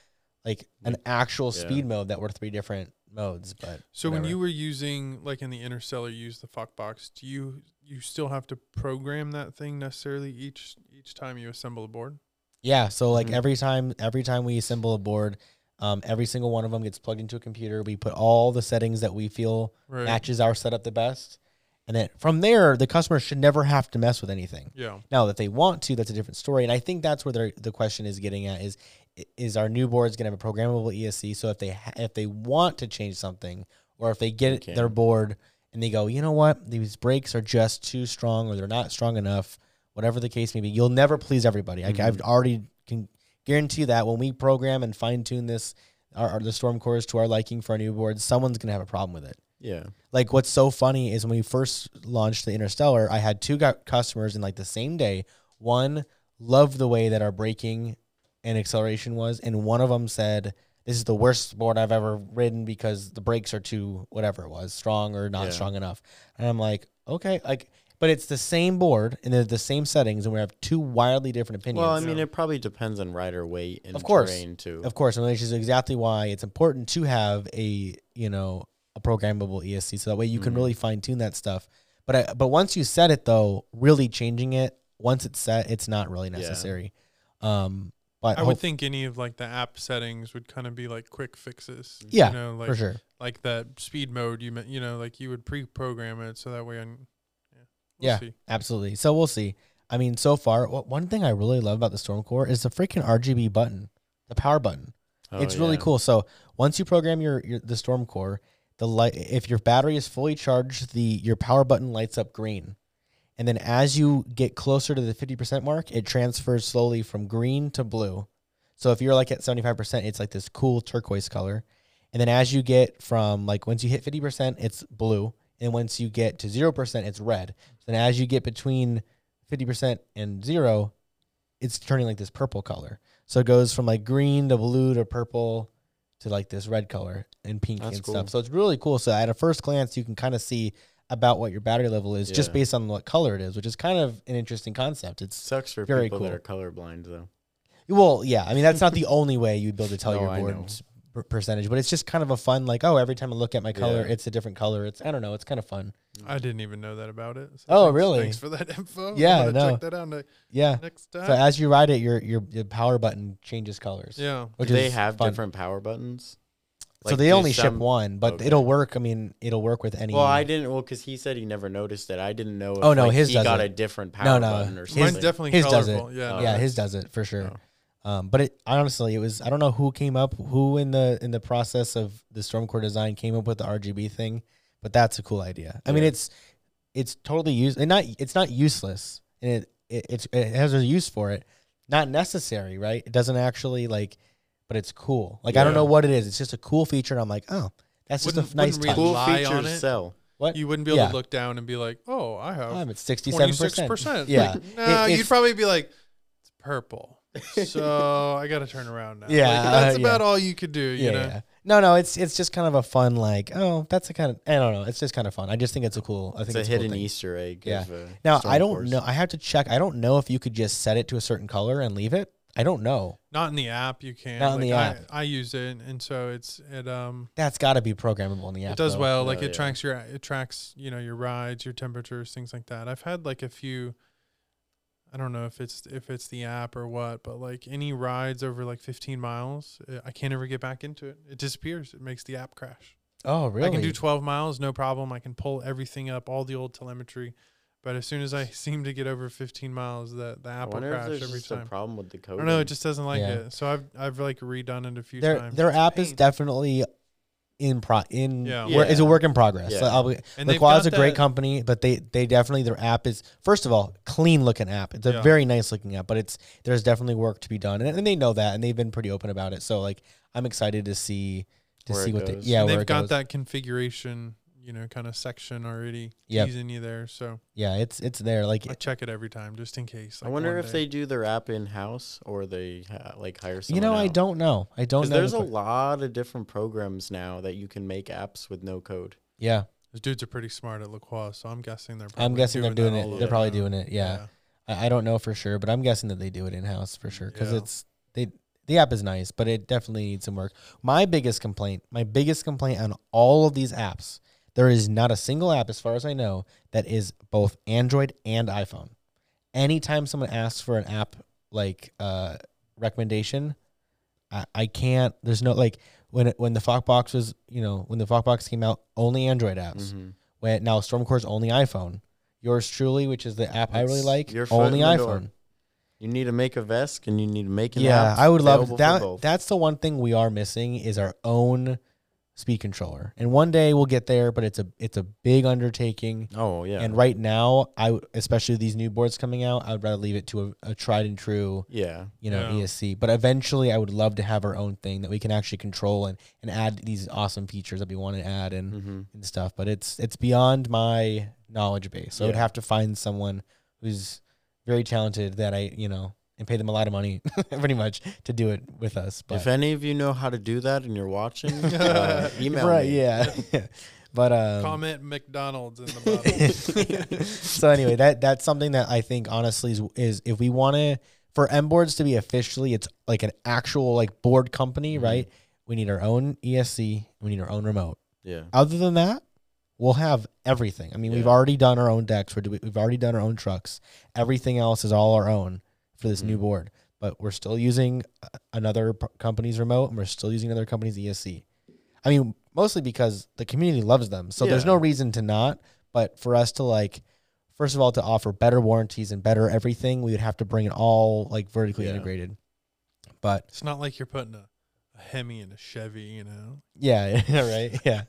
Speaker 1: like an
Speaker 3: Mm,
Speaker 1: actual
Speaker 2: yeah.
Speaker 1: speed mode that were three different modes. But
Speaker 3: So when
Speaker 1: whatever.
Speaker 3: you were using like in the interstellar you use the fuck box, do you you still have to program that thing necessarily each each time you assemble a board?
Speaker 1: yeah, so like
Speaker 3: Mm-hmm.
Speaker 2: Mhm.
Speaker 1: every time, every time we assemble a board, um, every single one of them gets plugged into a computer. We put all the settings that we feel
Speaker 3: Right.
Speaker 1: matches our setup the best, and then from there, the customer should never have to mess with anything.
Speaker 3: Yeah.
Speaker 1: Now that they want to, that's a different story. And I think that's where they're- the question is getting at is i- is our new board's going to have a programmable ESC? So if they ha- if they want to change something, or if they get
Speaker 2: They
Speaker 1: their
Speaker 2: can.
Speaker 1: board and they go, you know what, these brakes are just too strong, or they're not strong enough, whatever the case may be, you'll never please everybody. I,
Speaker 2: Mm-hmm.
Speaker 1: I've already can guarantee that when we program and fine tune this, our, our the storm cores to our liking for our new board, someone's going to have a problem with it
Speaker 2: Yeah.
Speaker 1: like what's so funny is when we first launched the interstellar i had two gu- customers in like the same day one loved the way that our braking and acceleration was and one of them said this is the worst board i've ever ridden because the brakes are too whatever it was strong or not
Speaker 2: Yeah.
Speaker 1: strong enough and i'm like okay like but it's the same board and they're the same settings and we have two wildly different opinions
Speaker 2: Well, I mean,
Speaker 3: Yeah.
Speaker 2: it probably depends on rider weight and
Speaker 1: Of course.
Speaker 2: terrain too.
Speaker 1: of course, and which is exactly why it's important to have a you know a programmable ESC, so that way you can
Speaker 2: Mhm.
Speaker 1: really fine tune that stuff. But I, but once you set it though, really changing it once it's set, it's not really
Speaker 2: Yeah.
Speaker 1: necessary. Um, but
Speaker 3: I would
Speaker 1: hope-
Speaker 3: think any of like the app settings would kind of be like quick fixes.
Speaker 1: Yeah,
Speaker 3: You know, like
Speaker 1: for sure.
Speaker 3: like that speed mode you meant, you know, like you would pre-program it so that way on yeah.
Speaker 1: Yeah.
Speaker 3: see.
Speaker 1: Absolutely. So we'll see. I mean, so far, wh- one thing I really love about the Storm Core is the freaking RGB button, the power button.
Speaker 2: Oh,
Speaker 1: it's really
Speaker 2: yeah.
Speaker 1: cool. So once you program your, your the Storm Core, the light if your battery is fully charged, the your power button lights up green. And then as you get closer to the 50% mark, it transfers slowly from green to blue. So if you're like at 75%, it's like this cool turquoise color. And then as you get from like once you hit 50%, it's blue. And once you get to 0%, it's red. So then as you get between 50% and 0, it's turning like this purple color. So it goes from like green to blue to purple to like this red color and pink
Speaker 2: That's
Speaker 1: and
Speaker 2: cool.
Speaker 1: stuff. So it's really cool. So at a first glance, you can kind of see about what your battery level is just
Speaker 2: Yeah.
Speaker 1: based on what color it is, which is kind of an interesting concept. It's
Speaker 2: Sucks for
Speaker 1: Very
Speaker 2: people
Speaker 1: cool.
Speaker 2: that are colorblind though.
Speaker 1: well, yeah. I mean, that's not the only way you'd be able to tell
Speaker 2: No,
Speaker 1: your
Speaker 2: I know.
Speaker 1: board's per- percentage, but it's just kind of a fun like, oh, every time I look at my color,
Speaker 2: Yeah.
Speaker 1: it's a different color. It's I don't know, it's kind of fun.
Speaker 3: I didn't even know that about it. So
Speaker 1: Oh,
Speaker 3: thanks-
Speaker 1: really?
Speaker 3: Thanks for that info. I'm
Speaker 1: Yeah,
Speaker 3: gonna
Speaker 1: no.
Speaker 3: Check that out ne-
Speaker 1: Yeah.
Speaker 3: next time.
Speaker 1: So as you ride it, your your, your power button changes colors.
Speaker 3: yeah.
Speaker 1: Which
Speaker 2: Do they
Speaker 1: is
Speaker 2: have
Speaker 1: fun.
Speaker 2: different power buttons?
Speaker 1: so
Speaker 2: Like,
Speaker 1: they
Speaker 2: do
Speaker 1: only ship
Speaker 2: some-
Speaker 1: one, but
Speaker 2: Okay.
Speaker 1: it'll work. I mean, it'll work with any.
Speaker 2: Well, I didn't. Well, because he said he never noticed it. I didn't know. If,
Speaker 1: Oh, no,
Speaker 2: like,
Speaker 1: his
Speaker 2: he
Speaker 1: does
Speaker 2: got
Speaker 1: it.
Speaker 2: a different power
Speaker 1: no.
Speaker 2: button or
Speaker 1: Mine's
Speaker 2: something.
Speaker 3: Mine's definitely
Speaker 1: His does it.
Speaker 3: colorful. Yeah.
Speaker 2: Oh,
Speaker 1: yeah,
Speaker 2: that's-
Speaker 1: his does it for sure.
Speaker 3: Oh.
Speaker 1: Um, but it, I honestly, it was I don't know who came up, who in the in the process of the Stormcore design came up with the RGB thing, but that's a cool idea. I mean,
Speaker 2: Yeah.
Speaker 1: it's it's totally use and not it's not useless, and it, it it's it has a use for it, not necessary, right? It doesn't actually like, but it's cool. Like I don't
Speaker 2: Yeah.
Speaker 1: know what it is. It's just a cool feature, and I'm like, oh, that's just
Speaker 3: Wouldn't-
Speaker 1: a nice
Speaker 3: wouldn't we
Speaker 1: touch.
Speaker 2: cool
Speaker 3: Rely on it.
Speaker 2: features sell.
Speaker 1: What
Speaker 3: You wouldn't be able
Speaker 1: Yeah.
Speaker 3: to look down and be like, oh, I have
Speaker 1: I'm at sixty seven
Speaker 3: 26%.
Speaker 1: Yeah.
Speaker 3: Like, nah,
Speaker 1: It-
Speaker 3: you'd
Speaker 1: it's-
Speaker 3: probably be like, it's purple. So I got to turn around now. Like,
Speaker 1: Yeah,
Speaker 3: that's
Speaker 1: uh, yeah.
Speaker 3: about all you could do, you
Speaker 1: yeah,
Speaker 3: know?
Speaker 1: yeah. No, no, it's it's just kind of a fun like oh that's a kind of I don't know it's just kind of fun. I just think it's a cool. I think
Speaker 2: It's
Speaker 1: it's,
Speaker 2: a
Speaker 1: a cool
Speaker 2: hidden
Speaker 1: thing.
Speaker 2: Easter egg.
Speaker 1: Yeah.
Speaker 2: Of, uh,
Speaker 1: Now I
Speaker 2: Storm
Speaker 1: don't
Speaker 2: Force.
Speaker 1: know. I have to check. I don't know if you could just set it to a certain color and leave it. I don't know.
Speaker 3: Not in the app, you can.
Speaker 1: Not in the
Speaker 3: I,
Speaker 1: app.
Speaker 3: I use it, and so it's it um
Speaker 1: That's got to be programmable in the app.
Speaker 3: it does
Speaker 1: though.
Speaker 3: well. Like
Speaker 2: Yeah,
Speaker 3: it
Speaker 2: yeah.
Speaker 3: tracks your it tracks you know your rides, your temperatures, things like that. I've had like a few. I don't know if it's if it's the app or what, but like any rides over like 15 miles, uh, I can't ever get back into it. It disappears. It makes the app crash.
Speaker 1: Oh really?
Speaker 3: I can do 12 miles, no problem. I can pull everything up, all the old telemetry. But as soon as I seem to get over 15 miles, the, the
Speaker 2: I
Speaker 3: app will
Speaker 2: wonder if
Speaker 3: crash
Speaker 2: there's
Speaker 3: every
Speaker 2: just a
Speaker 3: time.
Speaker 2: problem with the
Speaker 3: I
Speaker 2: code.
Speaker 3: don't know. It just doesn't like
Speaker 1: Yeah.
Speaker 3: it. So I've I've like redone it a few
Speaker 1: Their
Speaker 3: times.
Speaker 1: their
Speaker 3: It's a
Speaker 1: app is
Speaker 3: pain.
Speaker 1: definitely in pro in
Speaker 3: Yeah.
Speaker 1: wor- is a
Speaker 2: Yeah.
Speaker 1: work in progress.
Speaker 2: Yeah.
Speaker 1: Like, I'll be-
Speaker 3: And they've
Speaker 1: Laqua's
Speaker 3: got
Speaker 1: a great
Speaker 3: that-
Speaker 1: company, but they they definitely their app is first of all clean looking app. It's a
Speaker 3: Yeah.
Speaker 1: very nice looking app, but it's there's definitely work to be done, and, and they know that, and they've been pretty open about it. So like I'm excited to see to
Speaker 2: Where it
Speaker 1: see what they,
Speaker 2: goes.
Speaker 1: yeah
Speaker 3: and
Speaker 1: where
Speaker 3: they've
Speaker 1: it
Speaker 3: got
Speaker 1: goes.
Speaker 3: that configuration, you know, kind of section already
Speaker 1: Yep.
Speaker 3: teasing you there. So
Speaker 1: yeah it's it's there like
Speaker 3: I check it every time just in case.
Speaker 2: I wonder if they do their app in house or they ha- like hire someone.
Speaker 1: you know I
Speaker 2: out.
Speaker 1: don't know I don't
Speaker 2: 'Cause
Speaker 1: know
Speaker 2: there's
Speaker 1: the
Speaker 2: a
Speaker 1: que-
Speaker 2: lot of different programs now that you can make apps with no code.
Speaker 1: yeah
Speaker 3: Those dudes are pretty smart at Lacroix, so I'm guessing they're. Probably
Speaker 1: I'm guessing they're doing
Speaker 3: that all
Speaker 1: it
Speaker 3: over
Speaker 1: they're probably
Speaker 3: now.
Speaker 1: doing it yeah. I, I don't know for sure, but I'm guessing that they do it in house for sure because
Speaker 3: Yeah.
Speaker 1: it's they the app is nice, but it definitely needs some work. My biggest complaint, my biggest complaint on all of these apps, there is not a single app, as far as I know, that is both Android and iPhone. Anytime someone asks for an app like uh, recommendation, I, I can't. There's no like when it, when the Foxbox was you know when the Foxbox came out, only Android apps.
Speaker 2: Mhm.
Speaker 1: When now Stormcore's only iPhone. Yours truly, which is the app I really
Speaker 2: It's
Speaker 1: like,
Speaker 2: your foot
Speaker 1: only
Speaker 2: in the door.
Speaker 1: iPhone.
Speaker 2: You need to make a Vesk and you need to make an
Speaker 1: Yeah,
Speaker 2: app
Speaker 1: I would
Speaker 2: available
Speaker 1: love
Speaker 2: for
Speaker 1: that.
Speaker 2: both.
Speaker 1: That's the one thing we are missing is our own speed controller. And one day we'll get there, but it's a it's a big undertaking.
Speaker 2: oh yeah.
Speaker 1: And right now, I w- especially these new boards coming out, I'd rather leave it to a, a tried and true,
Speaker 2: yeah.
Speaker 1: you know,
Speaker 3: Yeah.
Speaker 1: ESC. But eventually, I would love to have our own thing that we can actually control and and add these awesome features that we want to add and
Speaker 2: hmm
Speaker 1: and stuff, but it's it's beyond my knowledge base. So I would
Speaker 2: Yeah.
Speaker 1: have to find someone who's very talented that I, you know, and pay them a lot of money pretty much to do it with us. But
Speaker 2: If any of you know how to do that and you're watching, uh, email
Speaker 1: right,
Speaker 2: me.
Speaker 1: yeah. but um
Speaker 3: Comment McDonald's in the bottom.
Speaker 1: so anyway, that that's something that I think honestly is, is if we want to for M boards to be officially, it's like an actual like board company,
Speaker 2: Mhm.
Speaker 1: right? We need our own ESC. We need our own remote.
Speaker 2: Yeah.
Speaker 1: other than that, we'll have everything. I mean, we've
Speaker 2: Yeah.
Speaker 1: already done our own decks. We're, do- we've already done our own trucks. Everything else is all our own for this new
Speaker 2: Mhm.
Speaker 1: board. But we're still using uh, another p- company's remote, and we're still using another company's ESC. I mean, mostly because the community loves them, so there's no
Speaker 2: Yeah.
Speaker 1: reason to not. But for us to like, first of all, to offer better warranties and better everything, we would have to bring it all like vertically
Speaker 2: Yeah.
Speaker 1: integrated. But
Speaker 3: It's not like you're putting a, a Hemi in a Chevy, you know.
Speaker 1: Yeah, yeah, right. Yeah.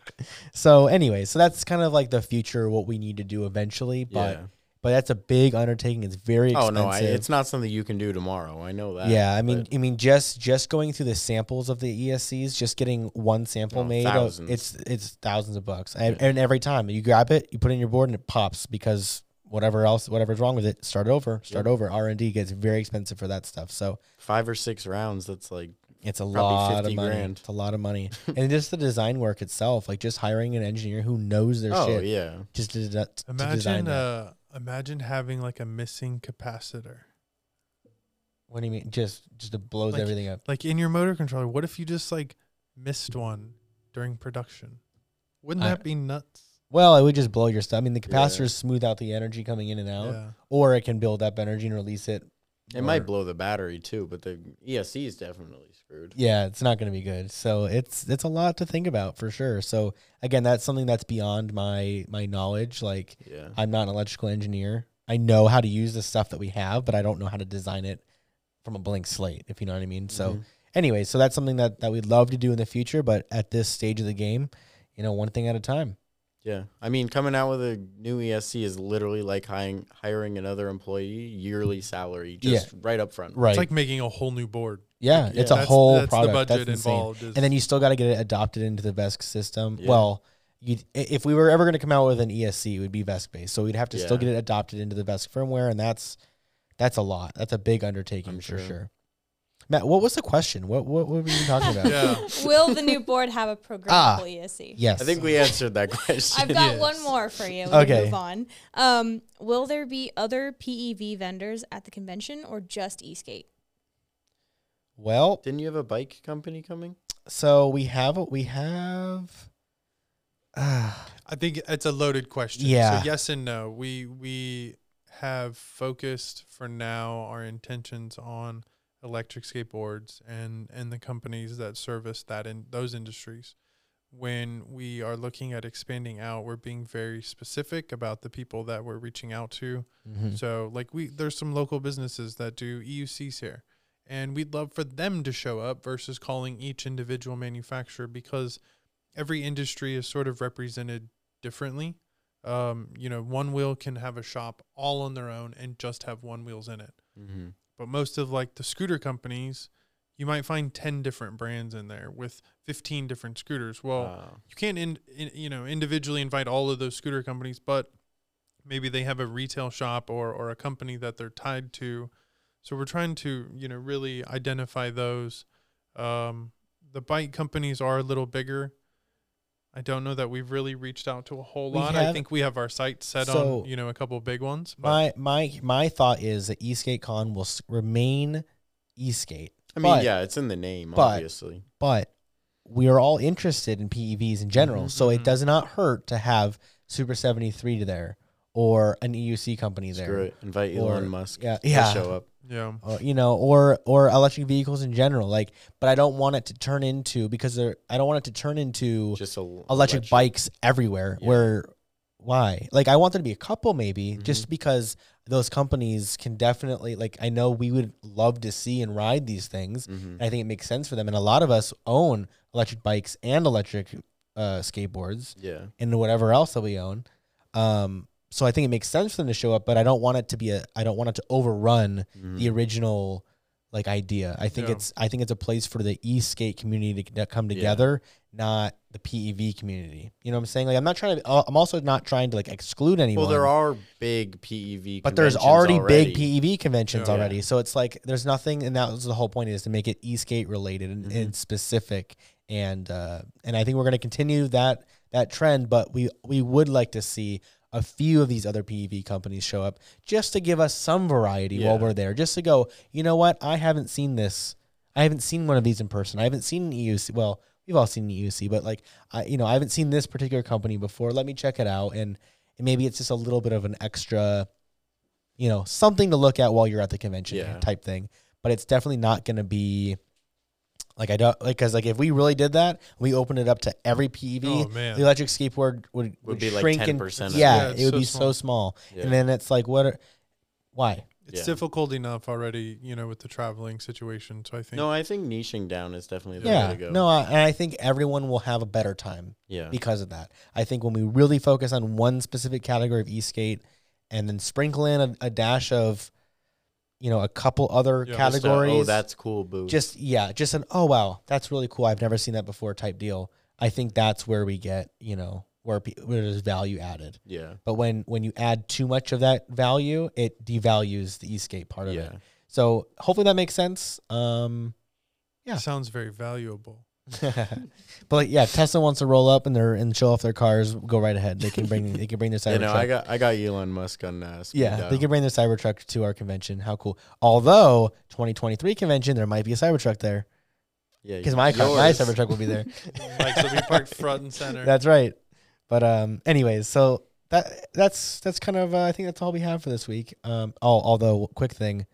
Speaker 1: So anyway, so that's kind of like the future what we need to do eventually, but
Speaker 2: yeah.
Speaker 1: but that's a big undertaking. It's very
Speaker 2: Oh
Speaker 1: expensive.
Speaker 2: no, I, it's not something you can do tomorrow. I know that.
Speaker 1: yeah, I mean
Speaker 2: but-
Speaker 1: I mean just just going through the samples of the ESCs, just getting one sample
Speaker 2: Oh,
Speaker 1: made of-
Speaker 2: thousands.
Speaker 1: it's it's thousands of bucks. And,
Speaker 2: Yeah.
Speaker 1: and every time you grab it, you put it in your board and it pops because whatever else whatever's wrong with it, start over, start
Speaker 2: Yep.
Speaker 1: over. R&D gets very expensive for that stuff. So
Speaker 2: five or six rounds. That's like
Speaker 1: It's a
Speaker 2: Probably
Speaker 1: lot of
Speaker 2: 50
Speaker 1: money.
Speaker 2: grand.
Speaker 1: It's a lot of money, and just the design work itself, like just hiring an engineer who knows their
Speaker 2: oh
Speaker 1: shit,
Speaker 2: yeah.
Speaker 1: just to, de- to design
Speaker 3: Imagine,
Speaker 1: that.
Speaker 3: uh, imagine having like a missing capacitor,
Speaker 1: What do you mean? Just just it blows
Speaker 3: like-
Speaker 1: everything up.
Speaker 3: like in your motor controller. What if you just like missed one during production? Wouldn't
Speaker 1: I-
Speaker 3: that be nuts?
Speaker 1: Well, it would just blow your stuff. I mean, the
Speaker 2: Yeah.
Speaker 1: capacitors smooth out the energy coming in and out,
Speaker 3: Yeah.
Speaker 1: or it can build up energy and release it.
Speaker 2: It might
Speaker 1: or-
Speaker 2: blow the battery too, but the ESC is definitely screwed.
Speaker 1: Yeah, it's not going to be good. So it's it's a lot to think about for sure. So again, that's something that's beyond my my knowledge. Like
Speaker 2: Yeah.
Speaker 1: I'm not an electrical engineer. I know how to use the stuff that we have, but I don't know how to design it from a blank slate, if you know what I mean. So,
Speaker 2: Mhm.
Speaker 1: anyway, so that's something that, that we'd love to do in the future, but at this stage of the game, you know, one thing at a time.
Speaker 2: Yeah. I mean, coming out with a new ESC is literally like hiring hiring another employee yearly salary just right up front.
Speaker 1: Right.
Speaker 3: It's like making a whole new board.
Speaker 1: yeah,
Speaker 2: yeah.
Speaker 1: it's a
Speaker 3: That's-
Speaker 1: whole
Speaker 3: that's the
Speaker 1: product.
Speaker 3: budget
Speaker 1: that's insane.
Speaker 3: involved is-
Speaker 1: And then you still got to get it adopted into the VESC system.
Speaker 2: Yeah.
Speaker 1: Well, you if we were ever going to come out with an ESC, it would be VESC based. So we'd have to still
Speaker 2: Yeah.
Speaker 1: get it adopted into the VESC firmware, and that's that's a lot. That's a big undertaking
Speaker 2: I'm
Speaker 1: for
Speaker 2: sure.
Speaker 1: sure. Matt, what was the question? What what, what were you talking about?
Speaker 3: Yeah.
Speaker 4: Will the new board have a programmable
Speaker 1: Ah,
Speaker 4: ESC?
Speaker 1: Yes.
Speaker 2: I think we answered that question.
Speaker 4: I've got
Speaker 3: Yes.
Speaker 4: one more for you. Let
Speaker 1: Okay.
Speaker 4: okay. Move on. Um, will there be other PEV vendors at the convention or just Eastgate?
Speaker 1: Well,
Speaker 2: Didn't you have a bike company coming?
Speaker 1: so we have what we have. Ah,
Speaker 3: I think it's a loaded question.
Speaker 1: Yeah.
Speaker 3: So yes and no. We we have focused for now our intentions on electric skateboards and and the companies that service that in those industries. when we are looking at expanding out, we're being very specific about the people that we're reaching out to.
Speaker 1: Hmm.
Speaker 3: So like we there's some local businesses that do EUCs here. And we'd love for them to show up versus calling each individual manufacturer because every industry is sort of represented differently. Um, you know, one wheel can have a shop all on their own and just have one wheels in it.
Speaker 2: Mm-hmm.
Speaker 3: But most of like the scooter companies, you might find 10 different brands in there with 15 different scooters. Well,
Speaker 2: Uh,
Speaker 3: you can't in, in, you know individually invite all of those scooter companies but maybe they have a retail shop or or a company that they're tied to so we're trying to you know really identify those um, the bike companies are a little bigger i don't know that we've really reached out to a whole
Speaker 1: We
Speaker 3: lot i
Speaker 1: have-
Speaker 3: think we have our sights set
Speaker 1: So-
Speaker 3: on you know a couple big ones but
Speaker 1: My my my thought is that Eastgate Con will s- remain Eastgate,
Speaker 2: I mean,
Speaker 1: but-
Speaker 2: yeah, it's in the name,
Speaker 1: but-
Speaker 2: obviously.
Speaker 1: but we are all interested in PEVs in general,
Speaker 3: Mhm.
Speaker 1: so it
Speaker 3: Mhm.
Speaker 1: does not hurt to have Super Seventy Three there or an EUC company there.
Speaker 2: Screw it. Invite
Speaker 1: Or-
Speaker 2: Elon Musk.
Speaker 1: yeah,
Speaker 2: He'll
Speaker 1: yeah.
Speaker 2: Show up.
Speaker 3: yeah
Speaker 1: or, you know, or or electric vehicles in general. Like, but I don't want it to turn into because they're, I don't want it to turn into
Speaker 2: Just a l-
Speaker 1: electric bikes everywhere.
Speaker 2: Yeah.
Speaker 1: Where why? Like, I want there to be a couple maybe, just because those companies can definitely like. I know we would love to see and ride these things.
Speaker 2: Mhm.
Speaker 1: And I think it makes sense for them, and a lot of us own electric bikes and electric uh, skateboards
Speaker 2: Yeah.
Speaker 1: and whatever else that we own. Um, so I think it makes sense for them to show up, but I don't want it to be a. I don't want it to overrun
Speaker 2: Mhm.
Speaker 1: the original like idea. I think
Speaker 3: Yeah.
Speaker 1: it's I think it's a place for the East Skate community to come
Speaker 2: Yeah.
Speaker 1: together, not the PEV community. You know what I'm saying? Like I'm not trying to. uh, I'm also not trying to like exclude anyone.
Speaker 2: Well, there are big PEV,
Speaker 1: But there's
Speaker 2: E conventions
Speaker 1: already,
Speaker 2: already.
Speaker 1: big E PEV conventions
Speaker 3: Yeah.
Speaker 1: already, so it's like there's nothing, and that was the whole point is to make it Eastgate related and, and specific, and uh, and I think we're going to continue that that trend, but we we would like to see a few of these other PEV companies show up just to give us some variety while
Speaker 2: Yeah.
Speaker 1: we're there, just to go, you know what, I haven't seen this, I haven't seen one of these in person, I haven't seen an EUC, well. We've all seen the EUC, but like I, you know, I haven't seen this particular company before. Let me check it out, and, and maybe it's just a little bit of an extra, you know, something to look at while you're at the convention
Speaker 2: Yeah.
Speaker 1: type thing. But it's definitely not going to be like I don't like because like if we really did that, we opened it up to every PEV.
Speaker 3: oh
Speaker 1: the
Speaker 3: man
Speaker 1: electric skateboard would would,
Speaker 2: be like
Speaker 1: shrink
Speaker 2: 10%
Speaker 1: and
Speaker 2: of
Speaker 1: yeah,
Speaker 3: it.
Speaker 1: it
Speaker 3: Yeah,
Speaker 1: would
Speaker 3: it's
Speaker 1: be
Speaker 3: so
Speaker 1: so small.
Speaker 2: Yeah.
Speaker 1: And then it's like, what? Are, why?
Speaker 3: it's
Speaker 2: Yeah.
Speaker 3: difficult enough already you know with the traveling situation so i think
Speaker 2: no, I think niching down is definitely the way
Speaker 1: Yeah,
Speaker 2: to go.
Speaker 1: no, I, and I think everyone will have a better time
Speaker 2: yeah.
Speaker 1: because of that. I think when we really focus on one specific category of e-skate and then sprinkle in a, a dash of, you know, a couple other
Speaker 3: Yeah,
Speaker 2: Just a,
Speaker 1: categories.
Speaker 2: oh, that's cool, boo.
Speaker 1: just yeah, just an oh wow, that's really cool. I've never seen that before type deal. I think that's where we get you know where pe- where there's value added.
Speaker 2: yeah.
Speaker 1: But when when you add too much of that value, it devalues the escape part of
Speaker 2: Yeah.
Speaker 1: it. So hopefully that makes sense. Um, yeah.
Speaker 3: sounds very valuable
Speaker 1: but like, yeah, if Tesla wants to roll up and they're and show off their cars. Go right ahead. They can bring they can bring their
Speaker 2: You know, I
Speaker 1: Cybertruck.
Speaker 2: got I got Elon Musk on uh, speed
Speaker 1: Yeah,
Speaker 2: dial.
Speaker 1: they can bring their Cybertruck to our convention. How cool! Although 2023 convention, there might be a Cybertruck there
Speaker 2: yeah,
Speaker 1: because my car, my
Speaker 2: yours.
Speaker 1: Cybertruck will be there.
Speaker 3: bikes will be parked front and center
Speaker 1: That's right. But um, anyways, so that that's that's kind of uh, I think that's all we have for this week. Um, oh, although quick thing,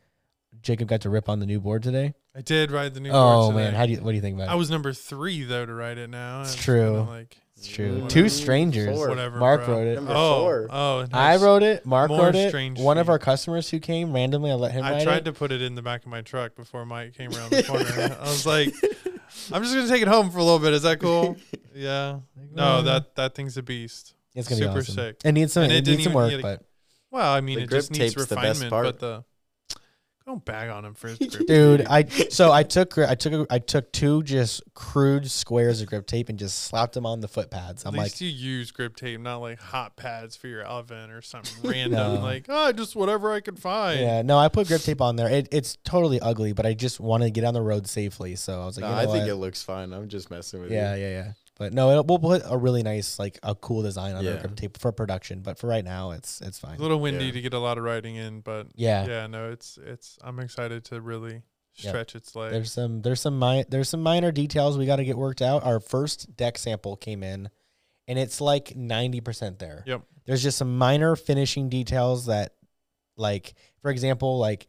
Speaker 1: Jacob got to rip on the new board today.
Speaker 3: I did ride the new
Speaker 1: oh
Speaker 3: board today.
Speaker 1: man, how do you what do you think about
Speaker 3: I
Speaker 1: it?
Speaker 3: was number three though to write it now.
Speaker 1: It's
Speaker 3: and it's kinda
Speaker 1: true.
Speaker 3: Like
Speaker 1: It's true.
Speaker 2: Ooh.
Speaker 1: Two strangers.
Speaker 2: Four.
Speaker 3: whatever.
Speaker 1: Mark
Speaker 3: bro.
Speaker 1: wrote it.
Speaker 2: Number
Speaker 3: Oh,
Speaker 2: four.
Speaker 3: oh. and
Speaker 1: I
Speaker 3: it's-
Speaker 1: wrote it. Mark
Speaker 3: more
Speaker 1: wrote it.
Speaker 3: strange
Speaker 1: One of
Speaker 3: feet.
Speaker 1: our customers who came randomly, I let him
Speaker 3: I
Speaker 1: write
Speaker 3: tried
Speaker 1: it.
Speaker 3: to put it in the back of my truck before Mike came around the corner. I was like, I'm just gonna take it home for a little bit. Is that cool? Yeah. No, that that thing's a beast.
Speaker 1: it's gonna
Speaker 3: super
Speaker 1: be awesome.
Speaker 3: sick.
Speaker 1: It needs some.
Speaker 3: And it
Speaker 1: It,
Speaker 3: didn't
Speaker 1: needs some
Speaker 3: even
Speaker 1: work,
Speaker 3: need a-
Speaker 1: but
Speaker 3: Well, I mean,
Speaker 2: The
Speaker 3: it just
Speaker 2: grip
Speaker 3: needs
Speaker 2: tape's the best
Speaker 3: refinement,
Speaker 2: part.
Speaker 3: but the don't bag on him for his grip.
Speaker 1: dude, I so I took I took I took two just crude squares of grip tape and just slapped them on the foot pads.
Speaker 3: At
Speaker 1: I'm like,
Speaker 3: least you use grip tape, not like hot pads for your oven or something random.
Speaker 1: No.
Speaker 3: Like, oh, just whatever I could find.
Speaker 1: Yeah, no, I put grip tape on there. It, it's totally ugly, but I just wanted to get on the road safely, so I was like,
Speaker 2: No,
Speaker 1: you know
Speaker 2: I think
Speaker 1: what?
Speaker 2: it looks fine. I'm just messing with
Speaker 1: yeah,
Speaker 2: you.
Speaker 1: yeah, yeah. But no, it, we'll put a really nice, like a cool design on the
Speaker 2: Yeah.
Speaker 1: grip tape for production. But for right now, it's it's fine.
Speaker 3: It's a little windy
Speaker 2: Yeah.
Speaker 3: to get a lot of riding in, but
Speaker 1: Yeah,
Speaker 3: yeah. no, it's it's. I'm excited to really
Speaker 1: Yeah.
Speaker 3: stretch its legs.
Speaker 1: there's some there's some mi- there's some minor details we got to get worked out. Our first deck sample came in, and it's like ninety percent there.
Speaker 3: Yep.
Speaker 1: There's just some minor finishing details that, like for example, like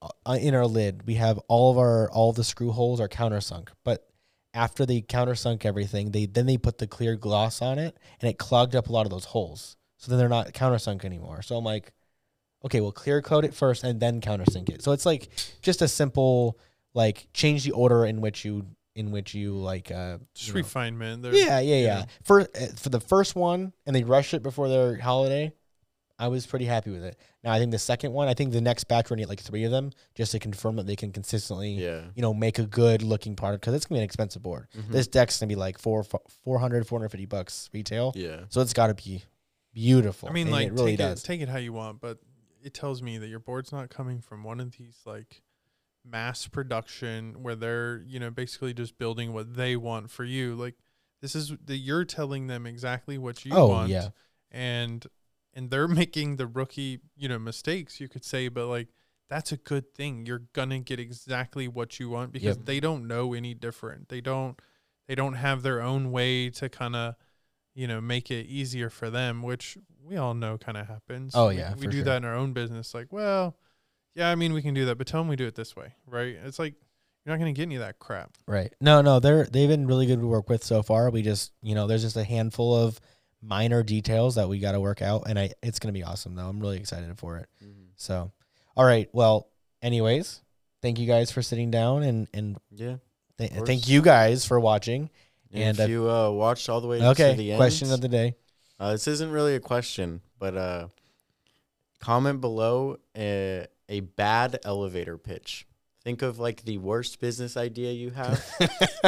Speaker 1: uh, in our lid we have all of our all the screw holes are countersunk, but after they countersunk everything, they then they put the clear gloss on it and it clogged up a lot of those holes. So then they're not countersunk anymore. So I'm like, okay, we'll clear coat it first and then countersink it. So it's like just a simple like change the order in which you in which you like uh
Speaker 3: Just
Speaker 1: you know,
Speaker 3: refinement. There.
Speaker 1: yeah, yeah,
Speaker 3: you
Speaker 1: yeah.
Speaker 3: know.
Speaker 1: For uh, for the first one, and they rushed it before their holiday. I was pretty happy with it. Now I think the second one, I think the next batch we're gonna get like three of them just to confirm that they can consistently,
Speaker 2: Yeah.
Speaker 1: you know, make a good looking product because it's gonna be an expensive board.
Speaker 2: Mhm.
Speaker 1: This deck's gonna be like four, fo- 400, 450 bucks retail,
Speaker 2: yeah.
Speaker 1: so it's gotta be beautiful.
Speaker 3: I mean,
Speaker 1: and
Speaker 3: like,
Speaker 1: it really
Speaker 3: take,
Speaker 1: does.
Speaker 3: It, take it how you want, but it tells me that your board's not coming from one of these like mass production where they're you know basically just building what they want for you. Like this is the you're telling them exactly what you
Speaker 1: Oh,
Speaker 3: want,
Speaker 1: yeah.
Speaker 3: and and they're making the rookie you know mistakes you could say, but like that's a good thing. You're gonna get exactly what you want because
Speaker 1: Yep.
Speaker 3: they don't know any different. They don't they don't have their own way to kind of you know make it easier for them which we all know kind of happens
Speaker 1: Oh,
Speaker 3: We-
Speaker 1: yeah,
Speaker 3: we,
Speaker 1: for
Speaker 3: do
Speaker 1: sure.
Speaker 3: that in our own business like well yeah i mean we can do that but tell them we do it this way right it's like you're not going to get any of that crap
Speaker 1: Right. No, no, they're they've been really good to work with so far. We just, you know, there's just a handful of minor details that we got to work out, and I it's gonna be awesome though. I'm really excited for it.
Speaker 2: Mhm.
Speaker 1: So, all right. Well, anyways, thank you guys for sitting down, and and
Speaker 2: Yeah.
Speaker 1: th-
Speaker 2: Of course.
Speaker 1: thank you guys for watching. And
Speaker 2: And,
Speaker 1: I-
Speaker 2: if you uh, watched all the way to the
Speaker 1: Okay,
Speaker 2: end,
Speaker 1: question of the day.
Speaker 2: Uh, this isn't really a question, but uh, comment below a, a bad elevator pitch. Think of like the worst business idea you have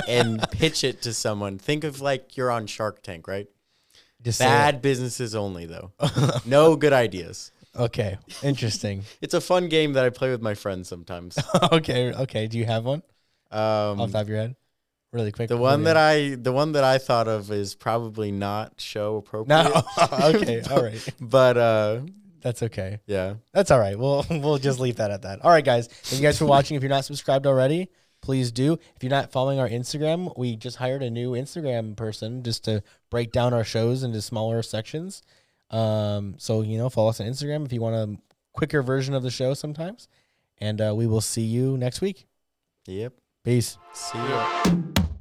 Speaker 2: and pitch it to someone. Think of like you're on Shark Tank, right?
Speaker 1: Just say
Speaker 2: Bad businesses only, though. no good ideas.
Speaker 1: it. Okay, interesting.
Speaker 2: It's a fun game that I play with my friends sometimes.
Speaker 1: okay, okay. Do you have one off
Speaker 2: Um,
Speaker 1: the top of your head? Really quick.
Speaker 2: the one that I the one that I thought of is probably not show appropriate.
Speaker 1: no. okay, all right.
Speaker 2: but uh,
Speaker 1: That's okay.
Speaker 2: yeah,
Speaker 1: That's all right. We'll we'll just leave that at that. All right, guys. Thank you guys for watching. If you're not subscribed already, please do. If you're not following our Instagram, we just hired a new Instagram person just to break down our shows into smaller sections. Um, so you know, follow us on Instagram if you want a quicker version of the show sometimes. And uh, we will see you next week.
Speaker 2: yep.
Speaker 1: Peace.
Speaker 2: See ya.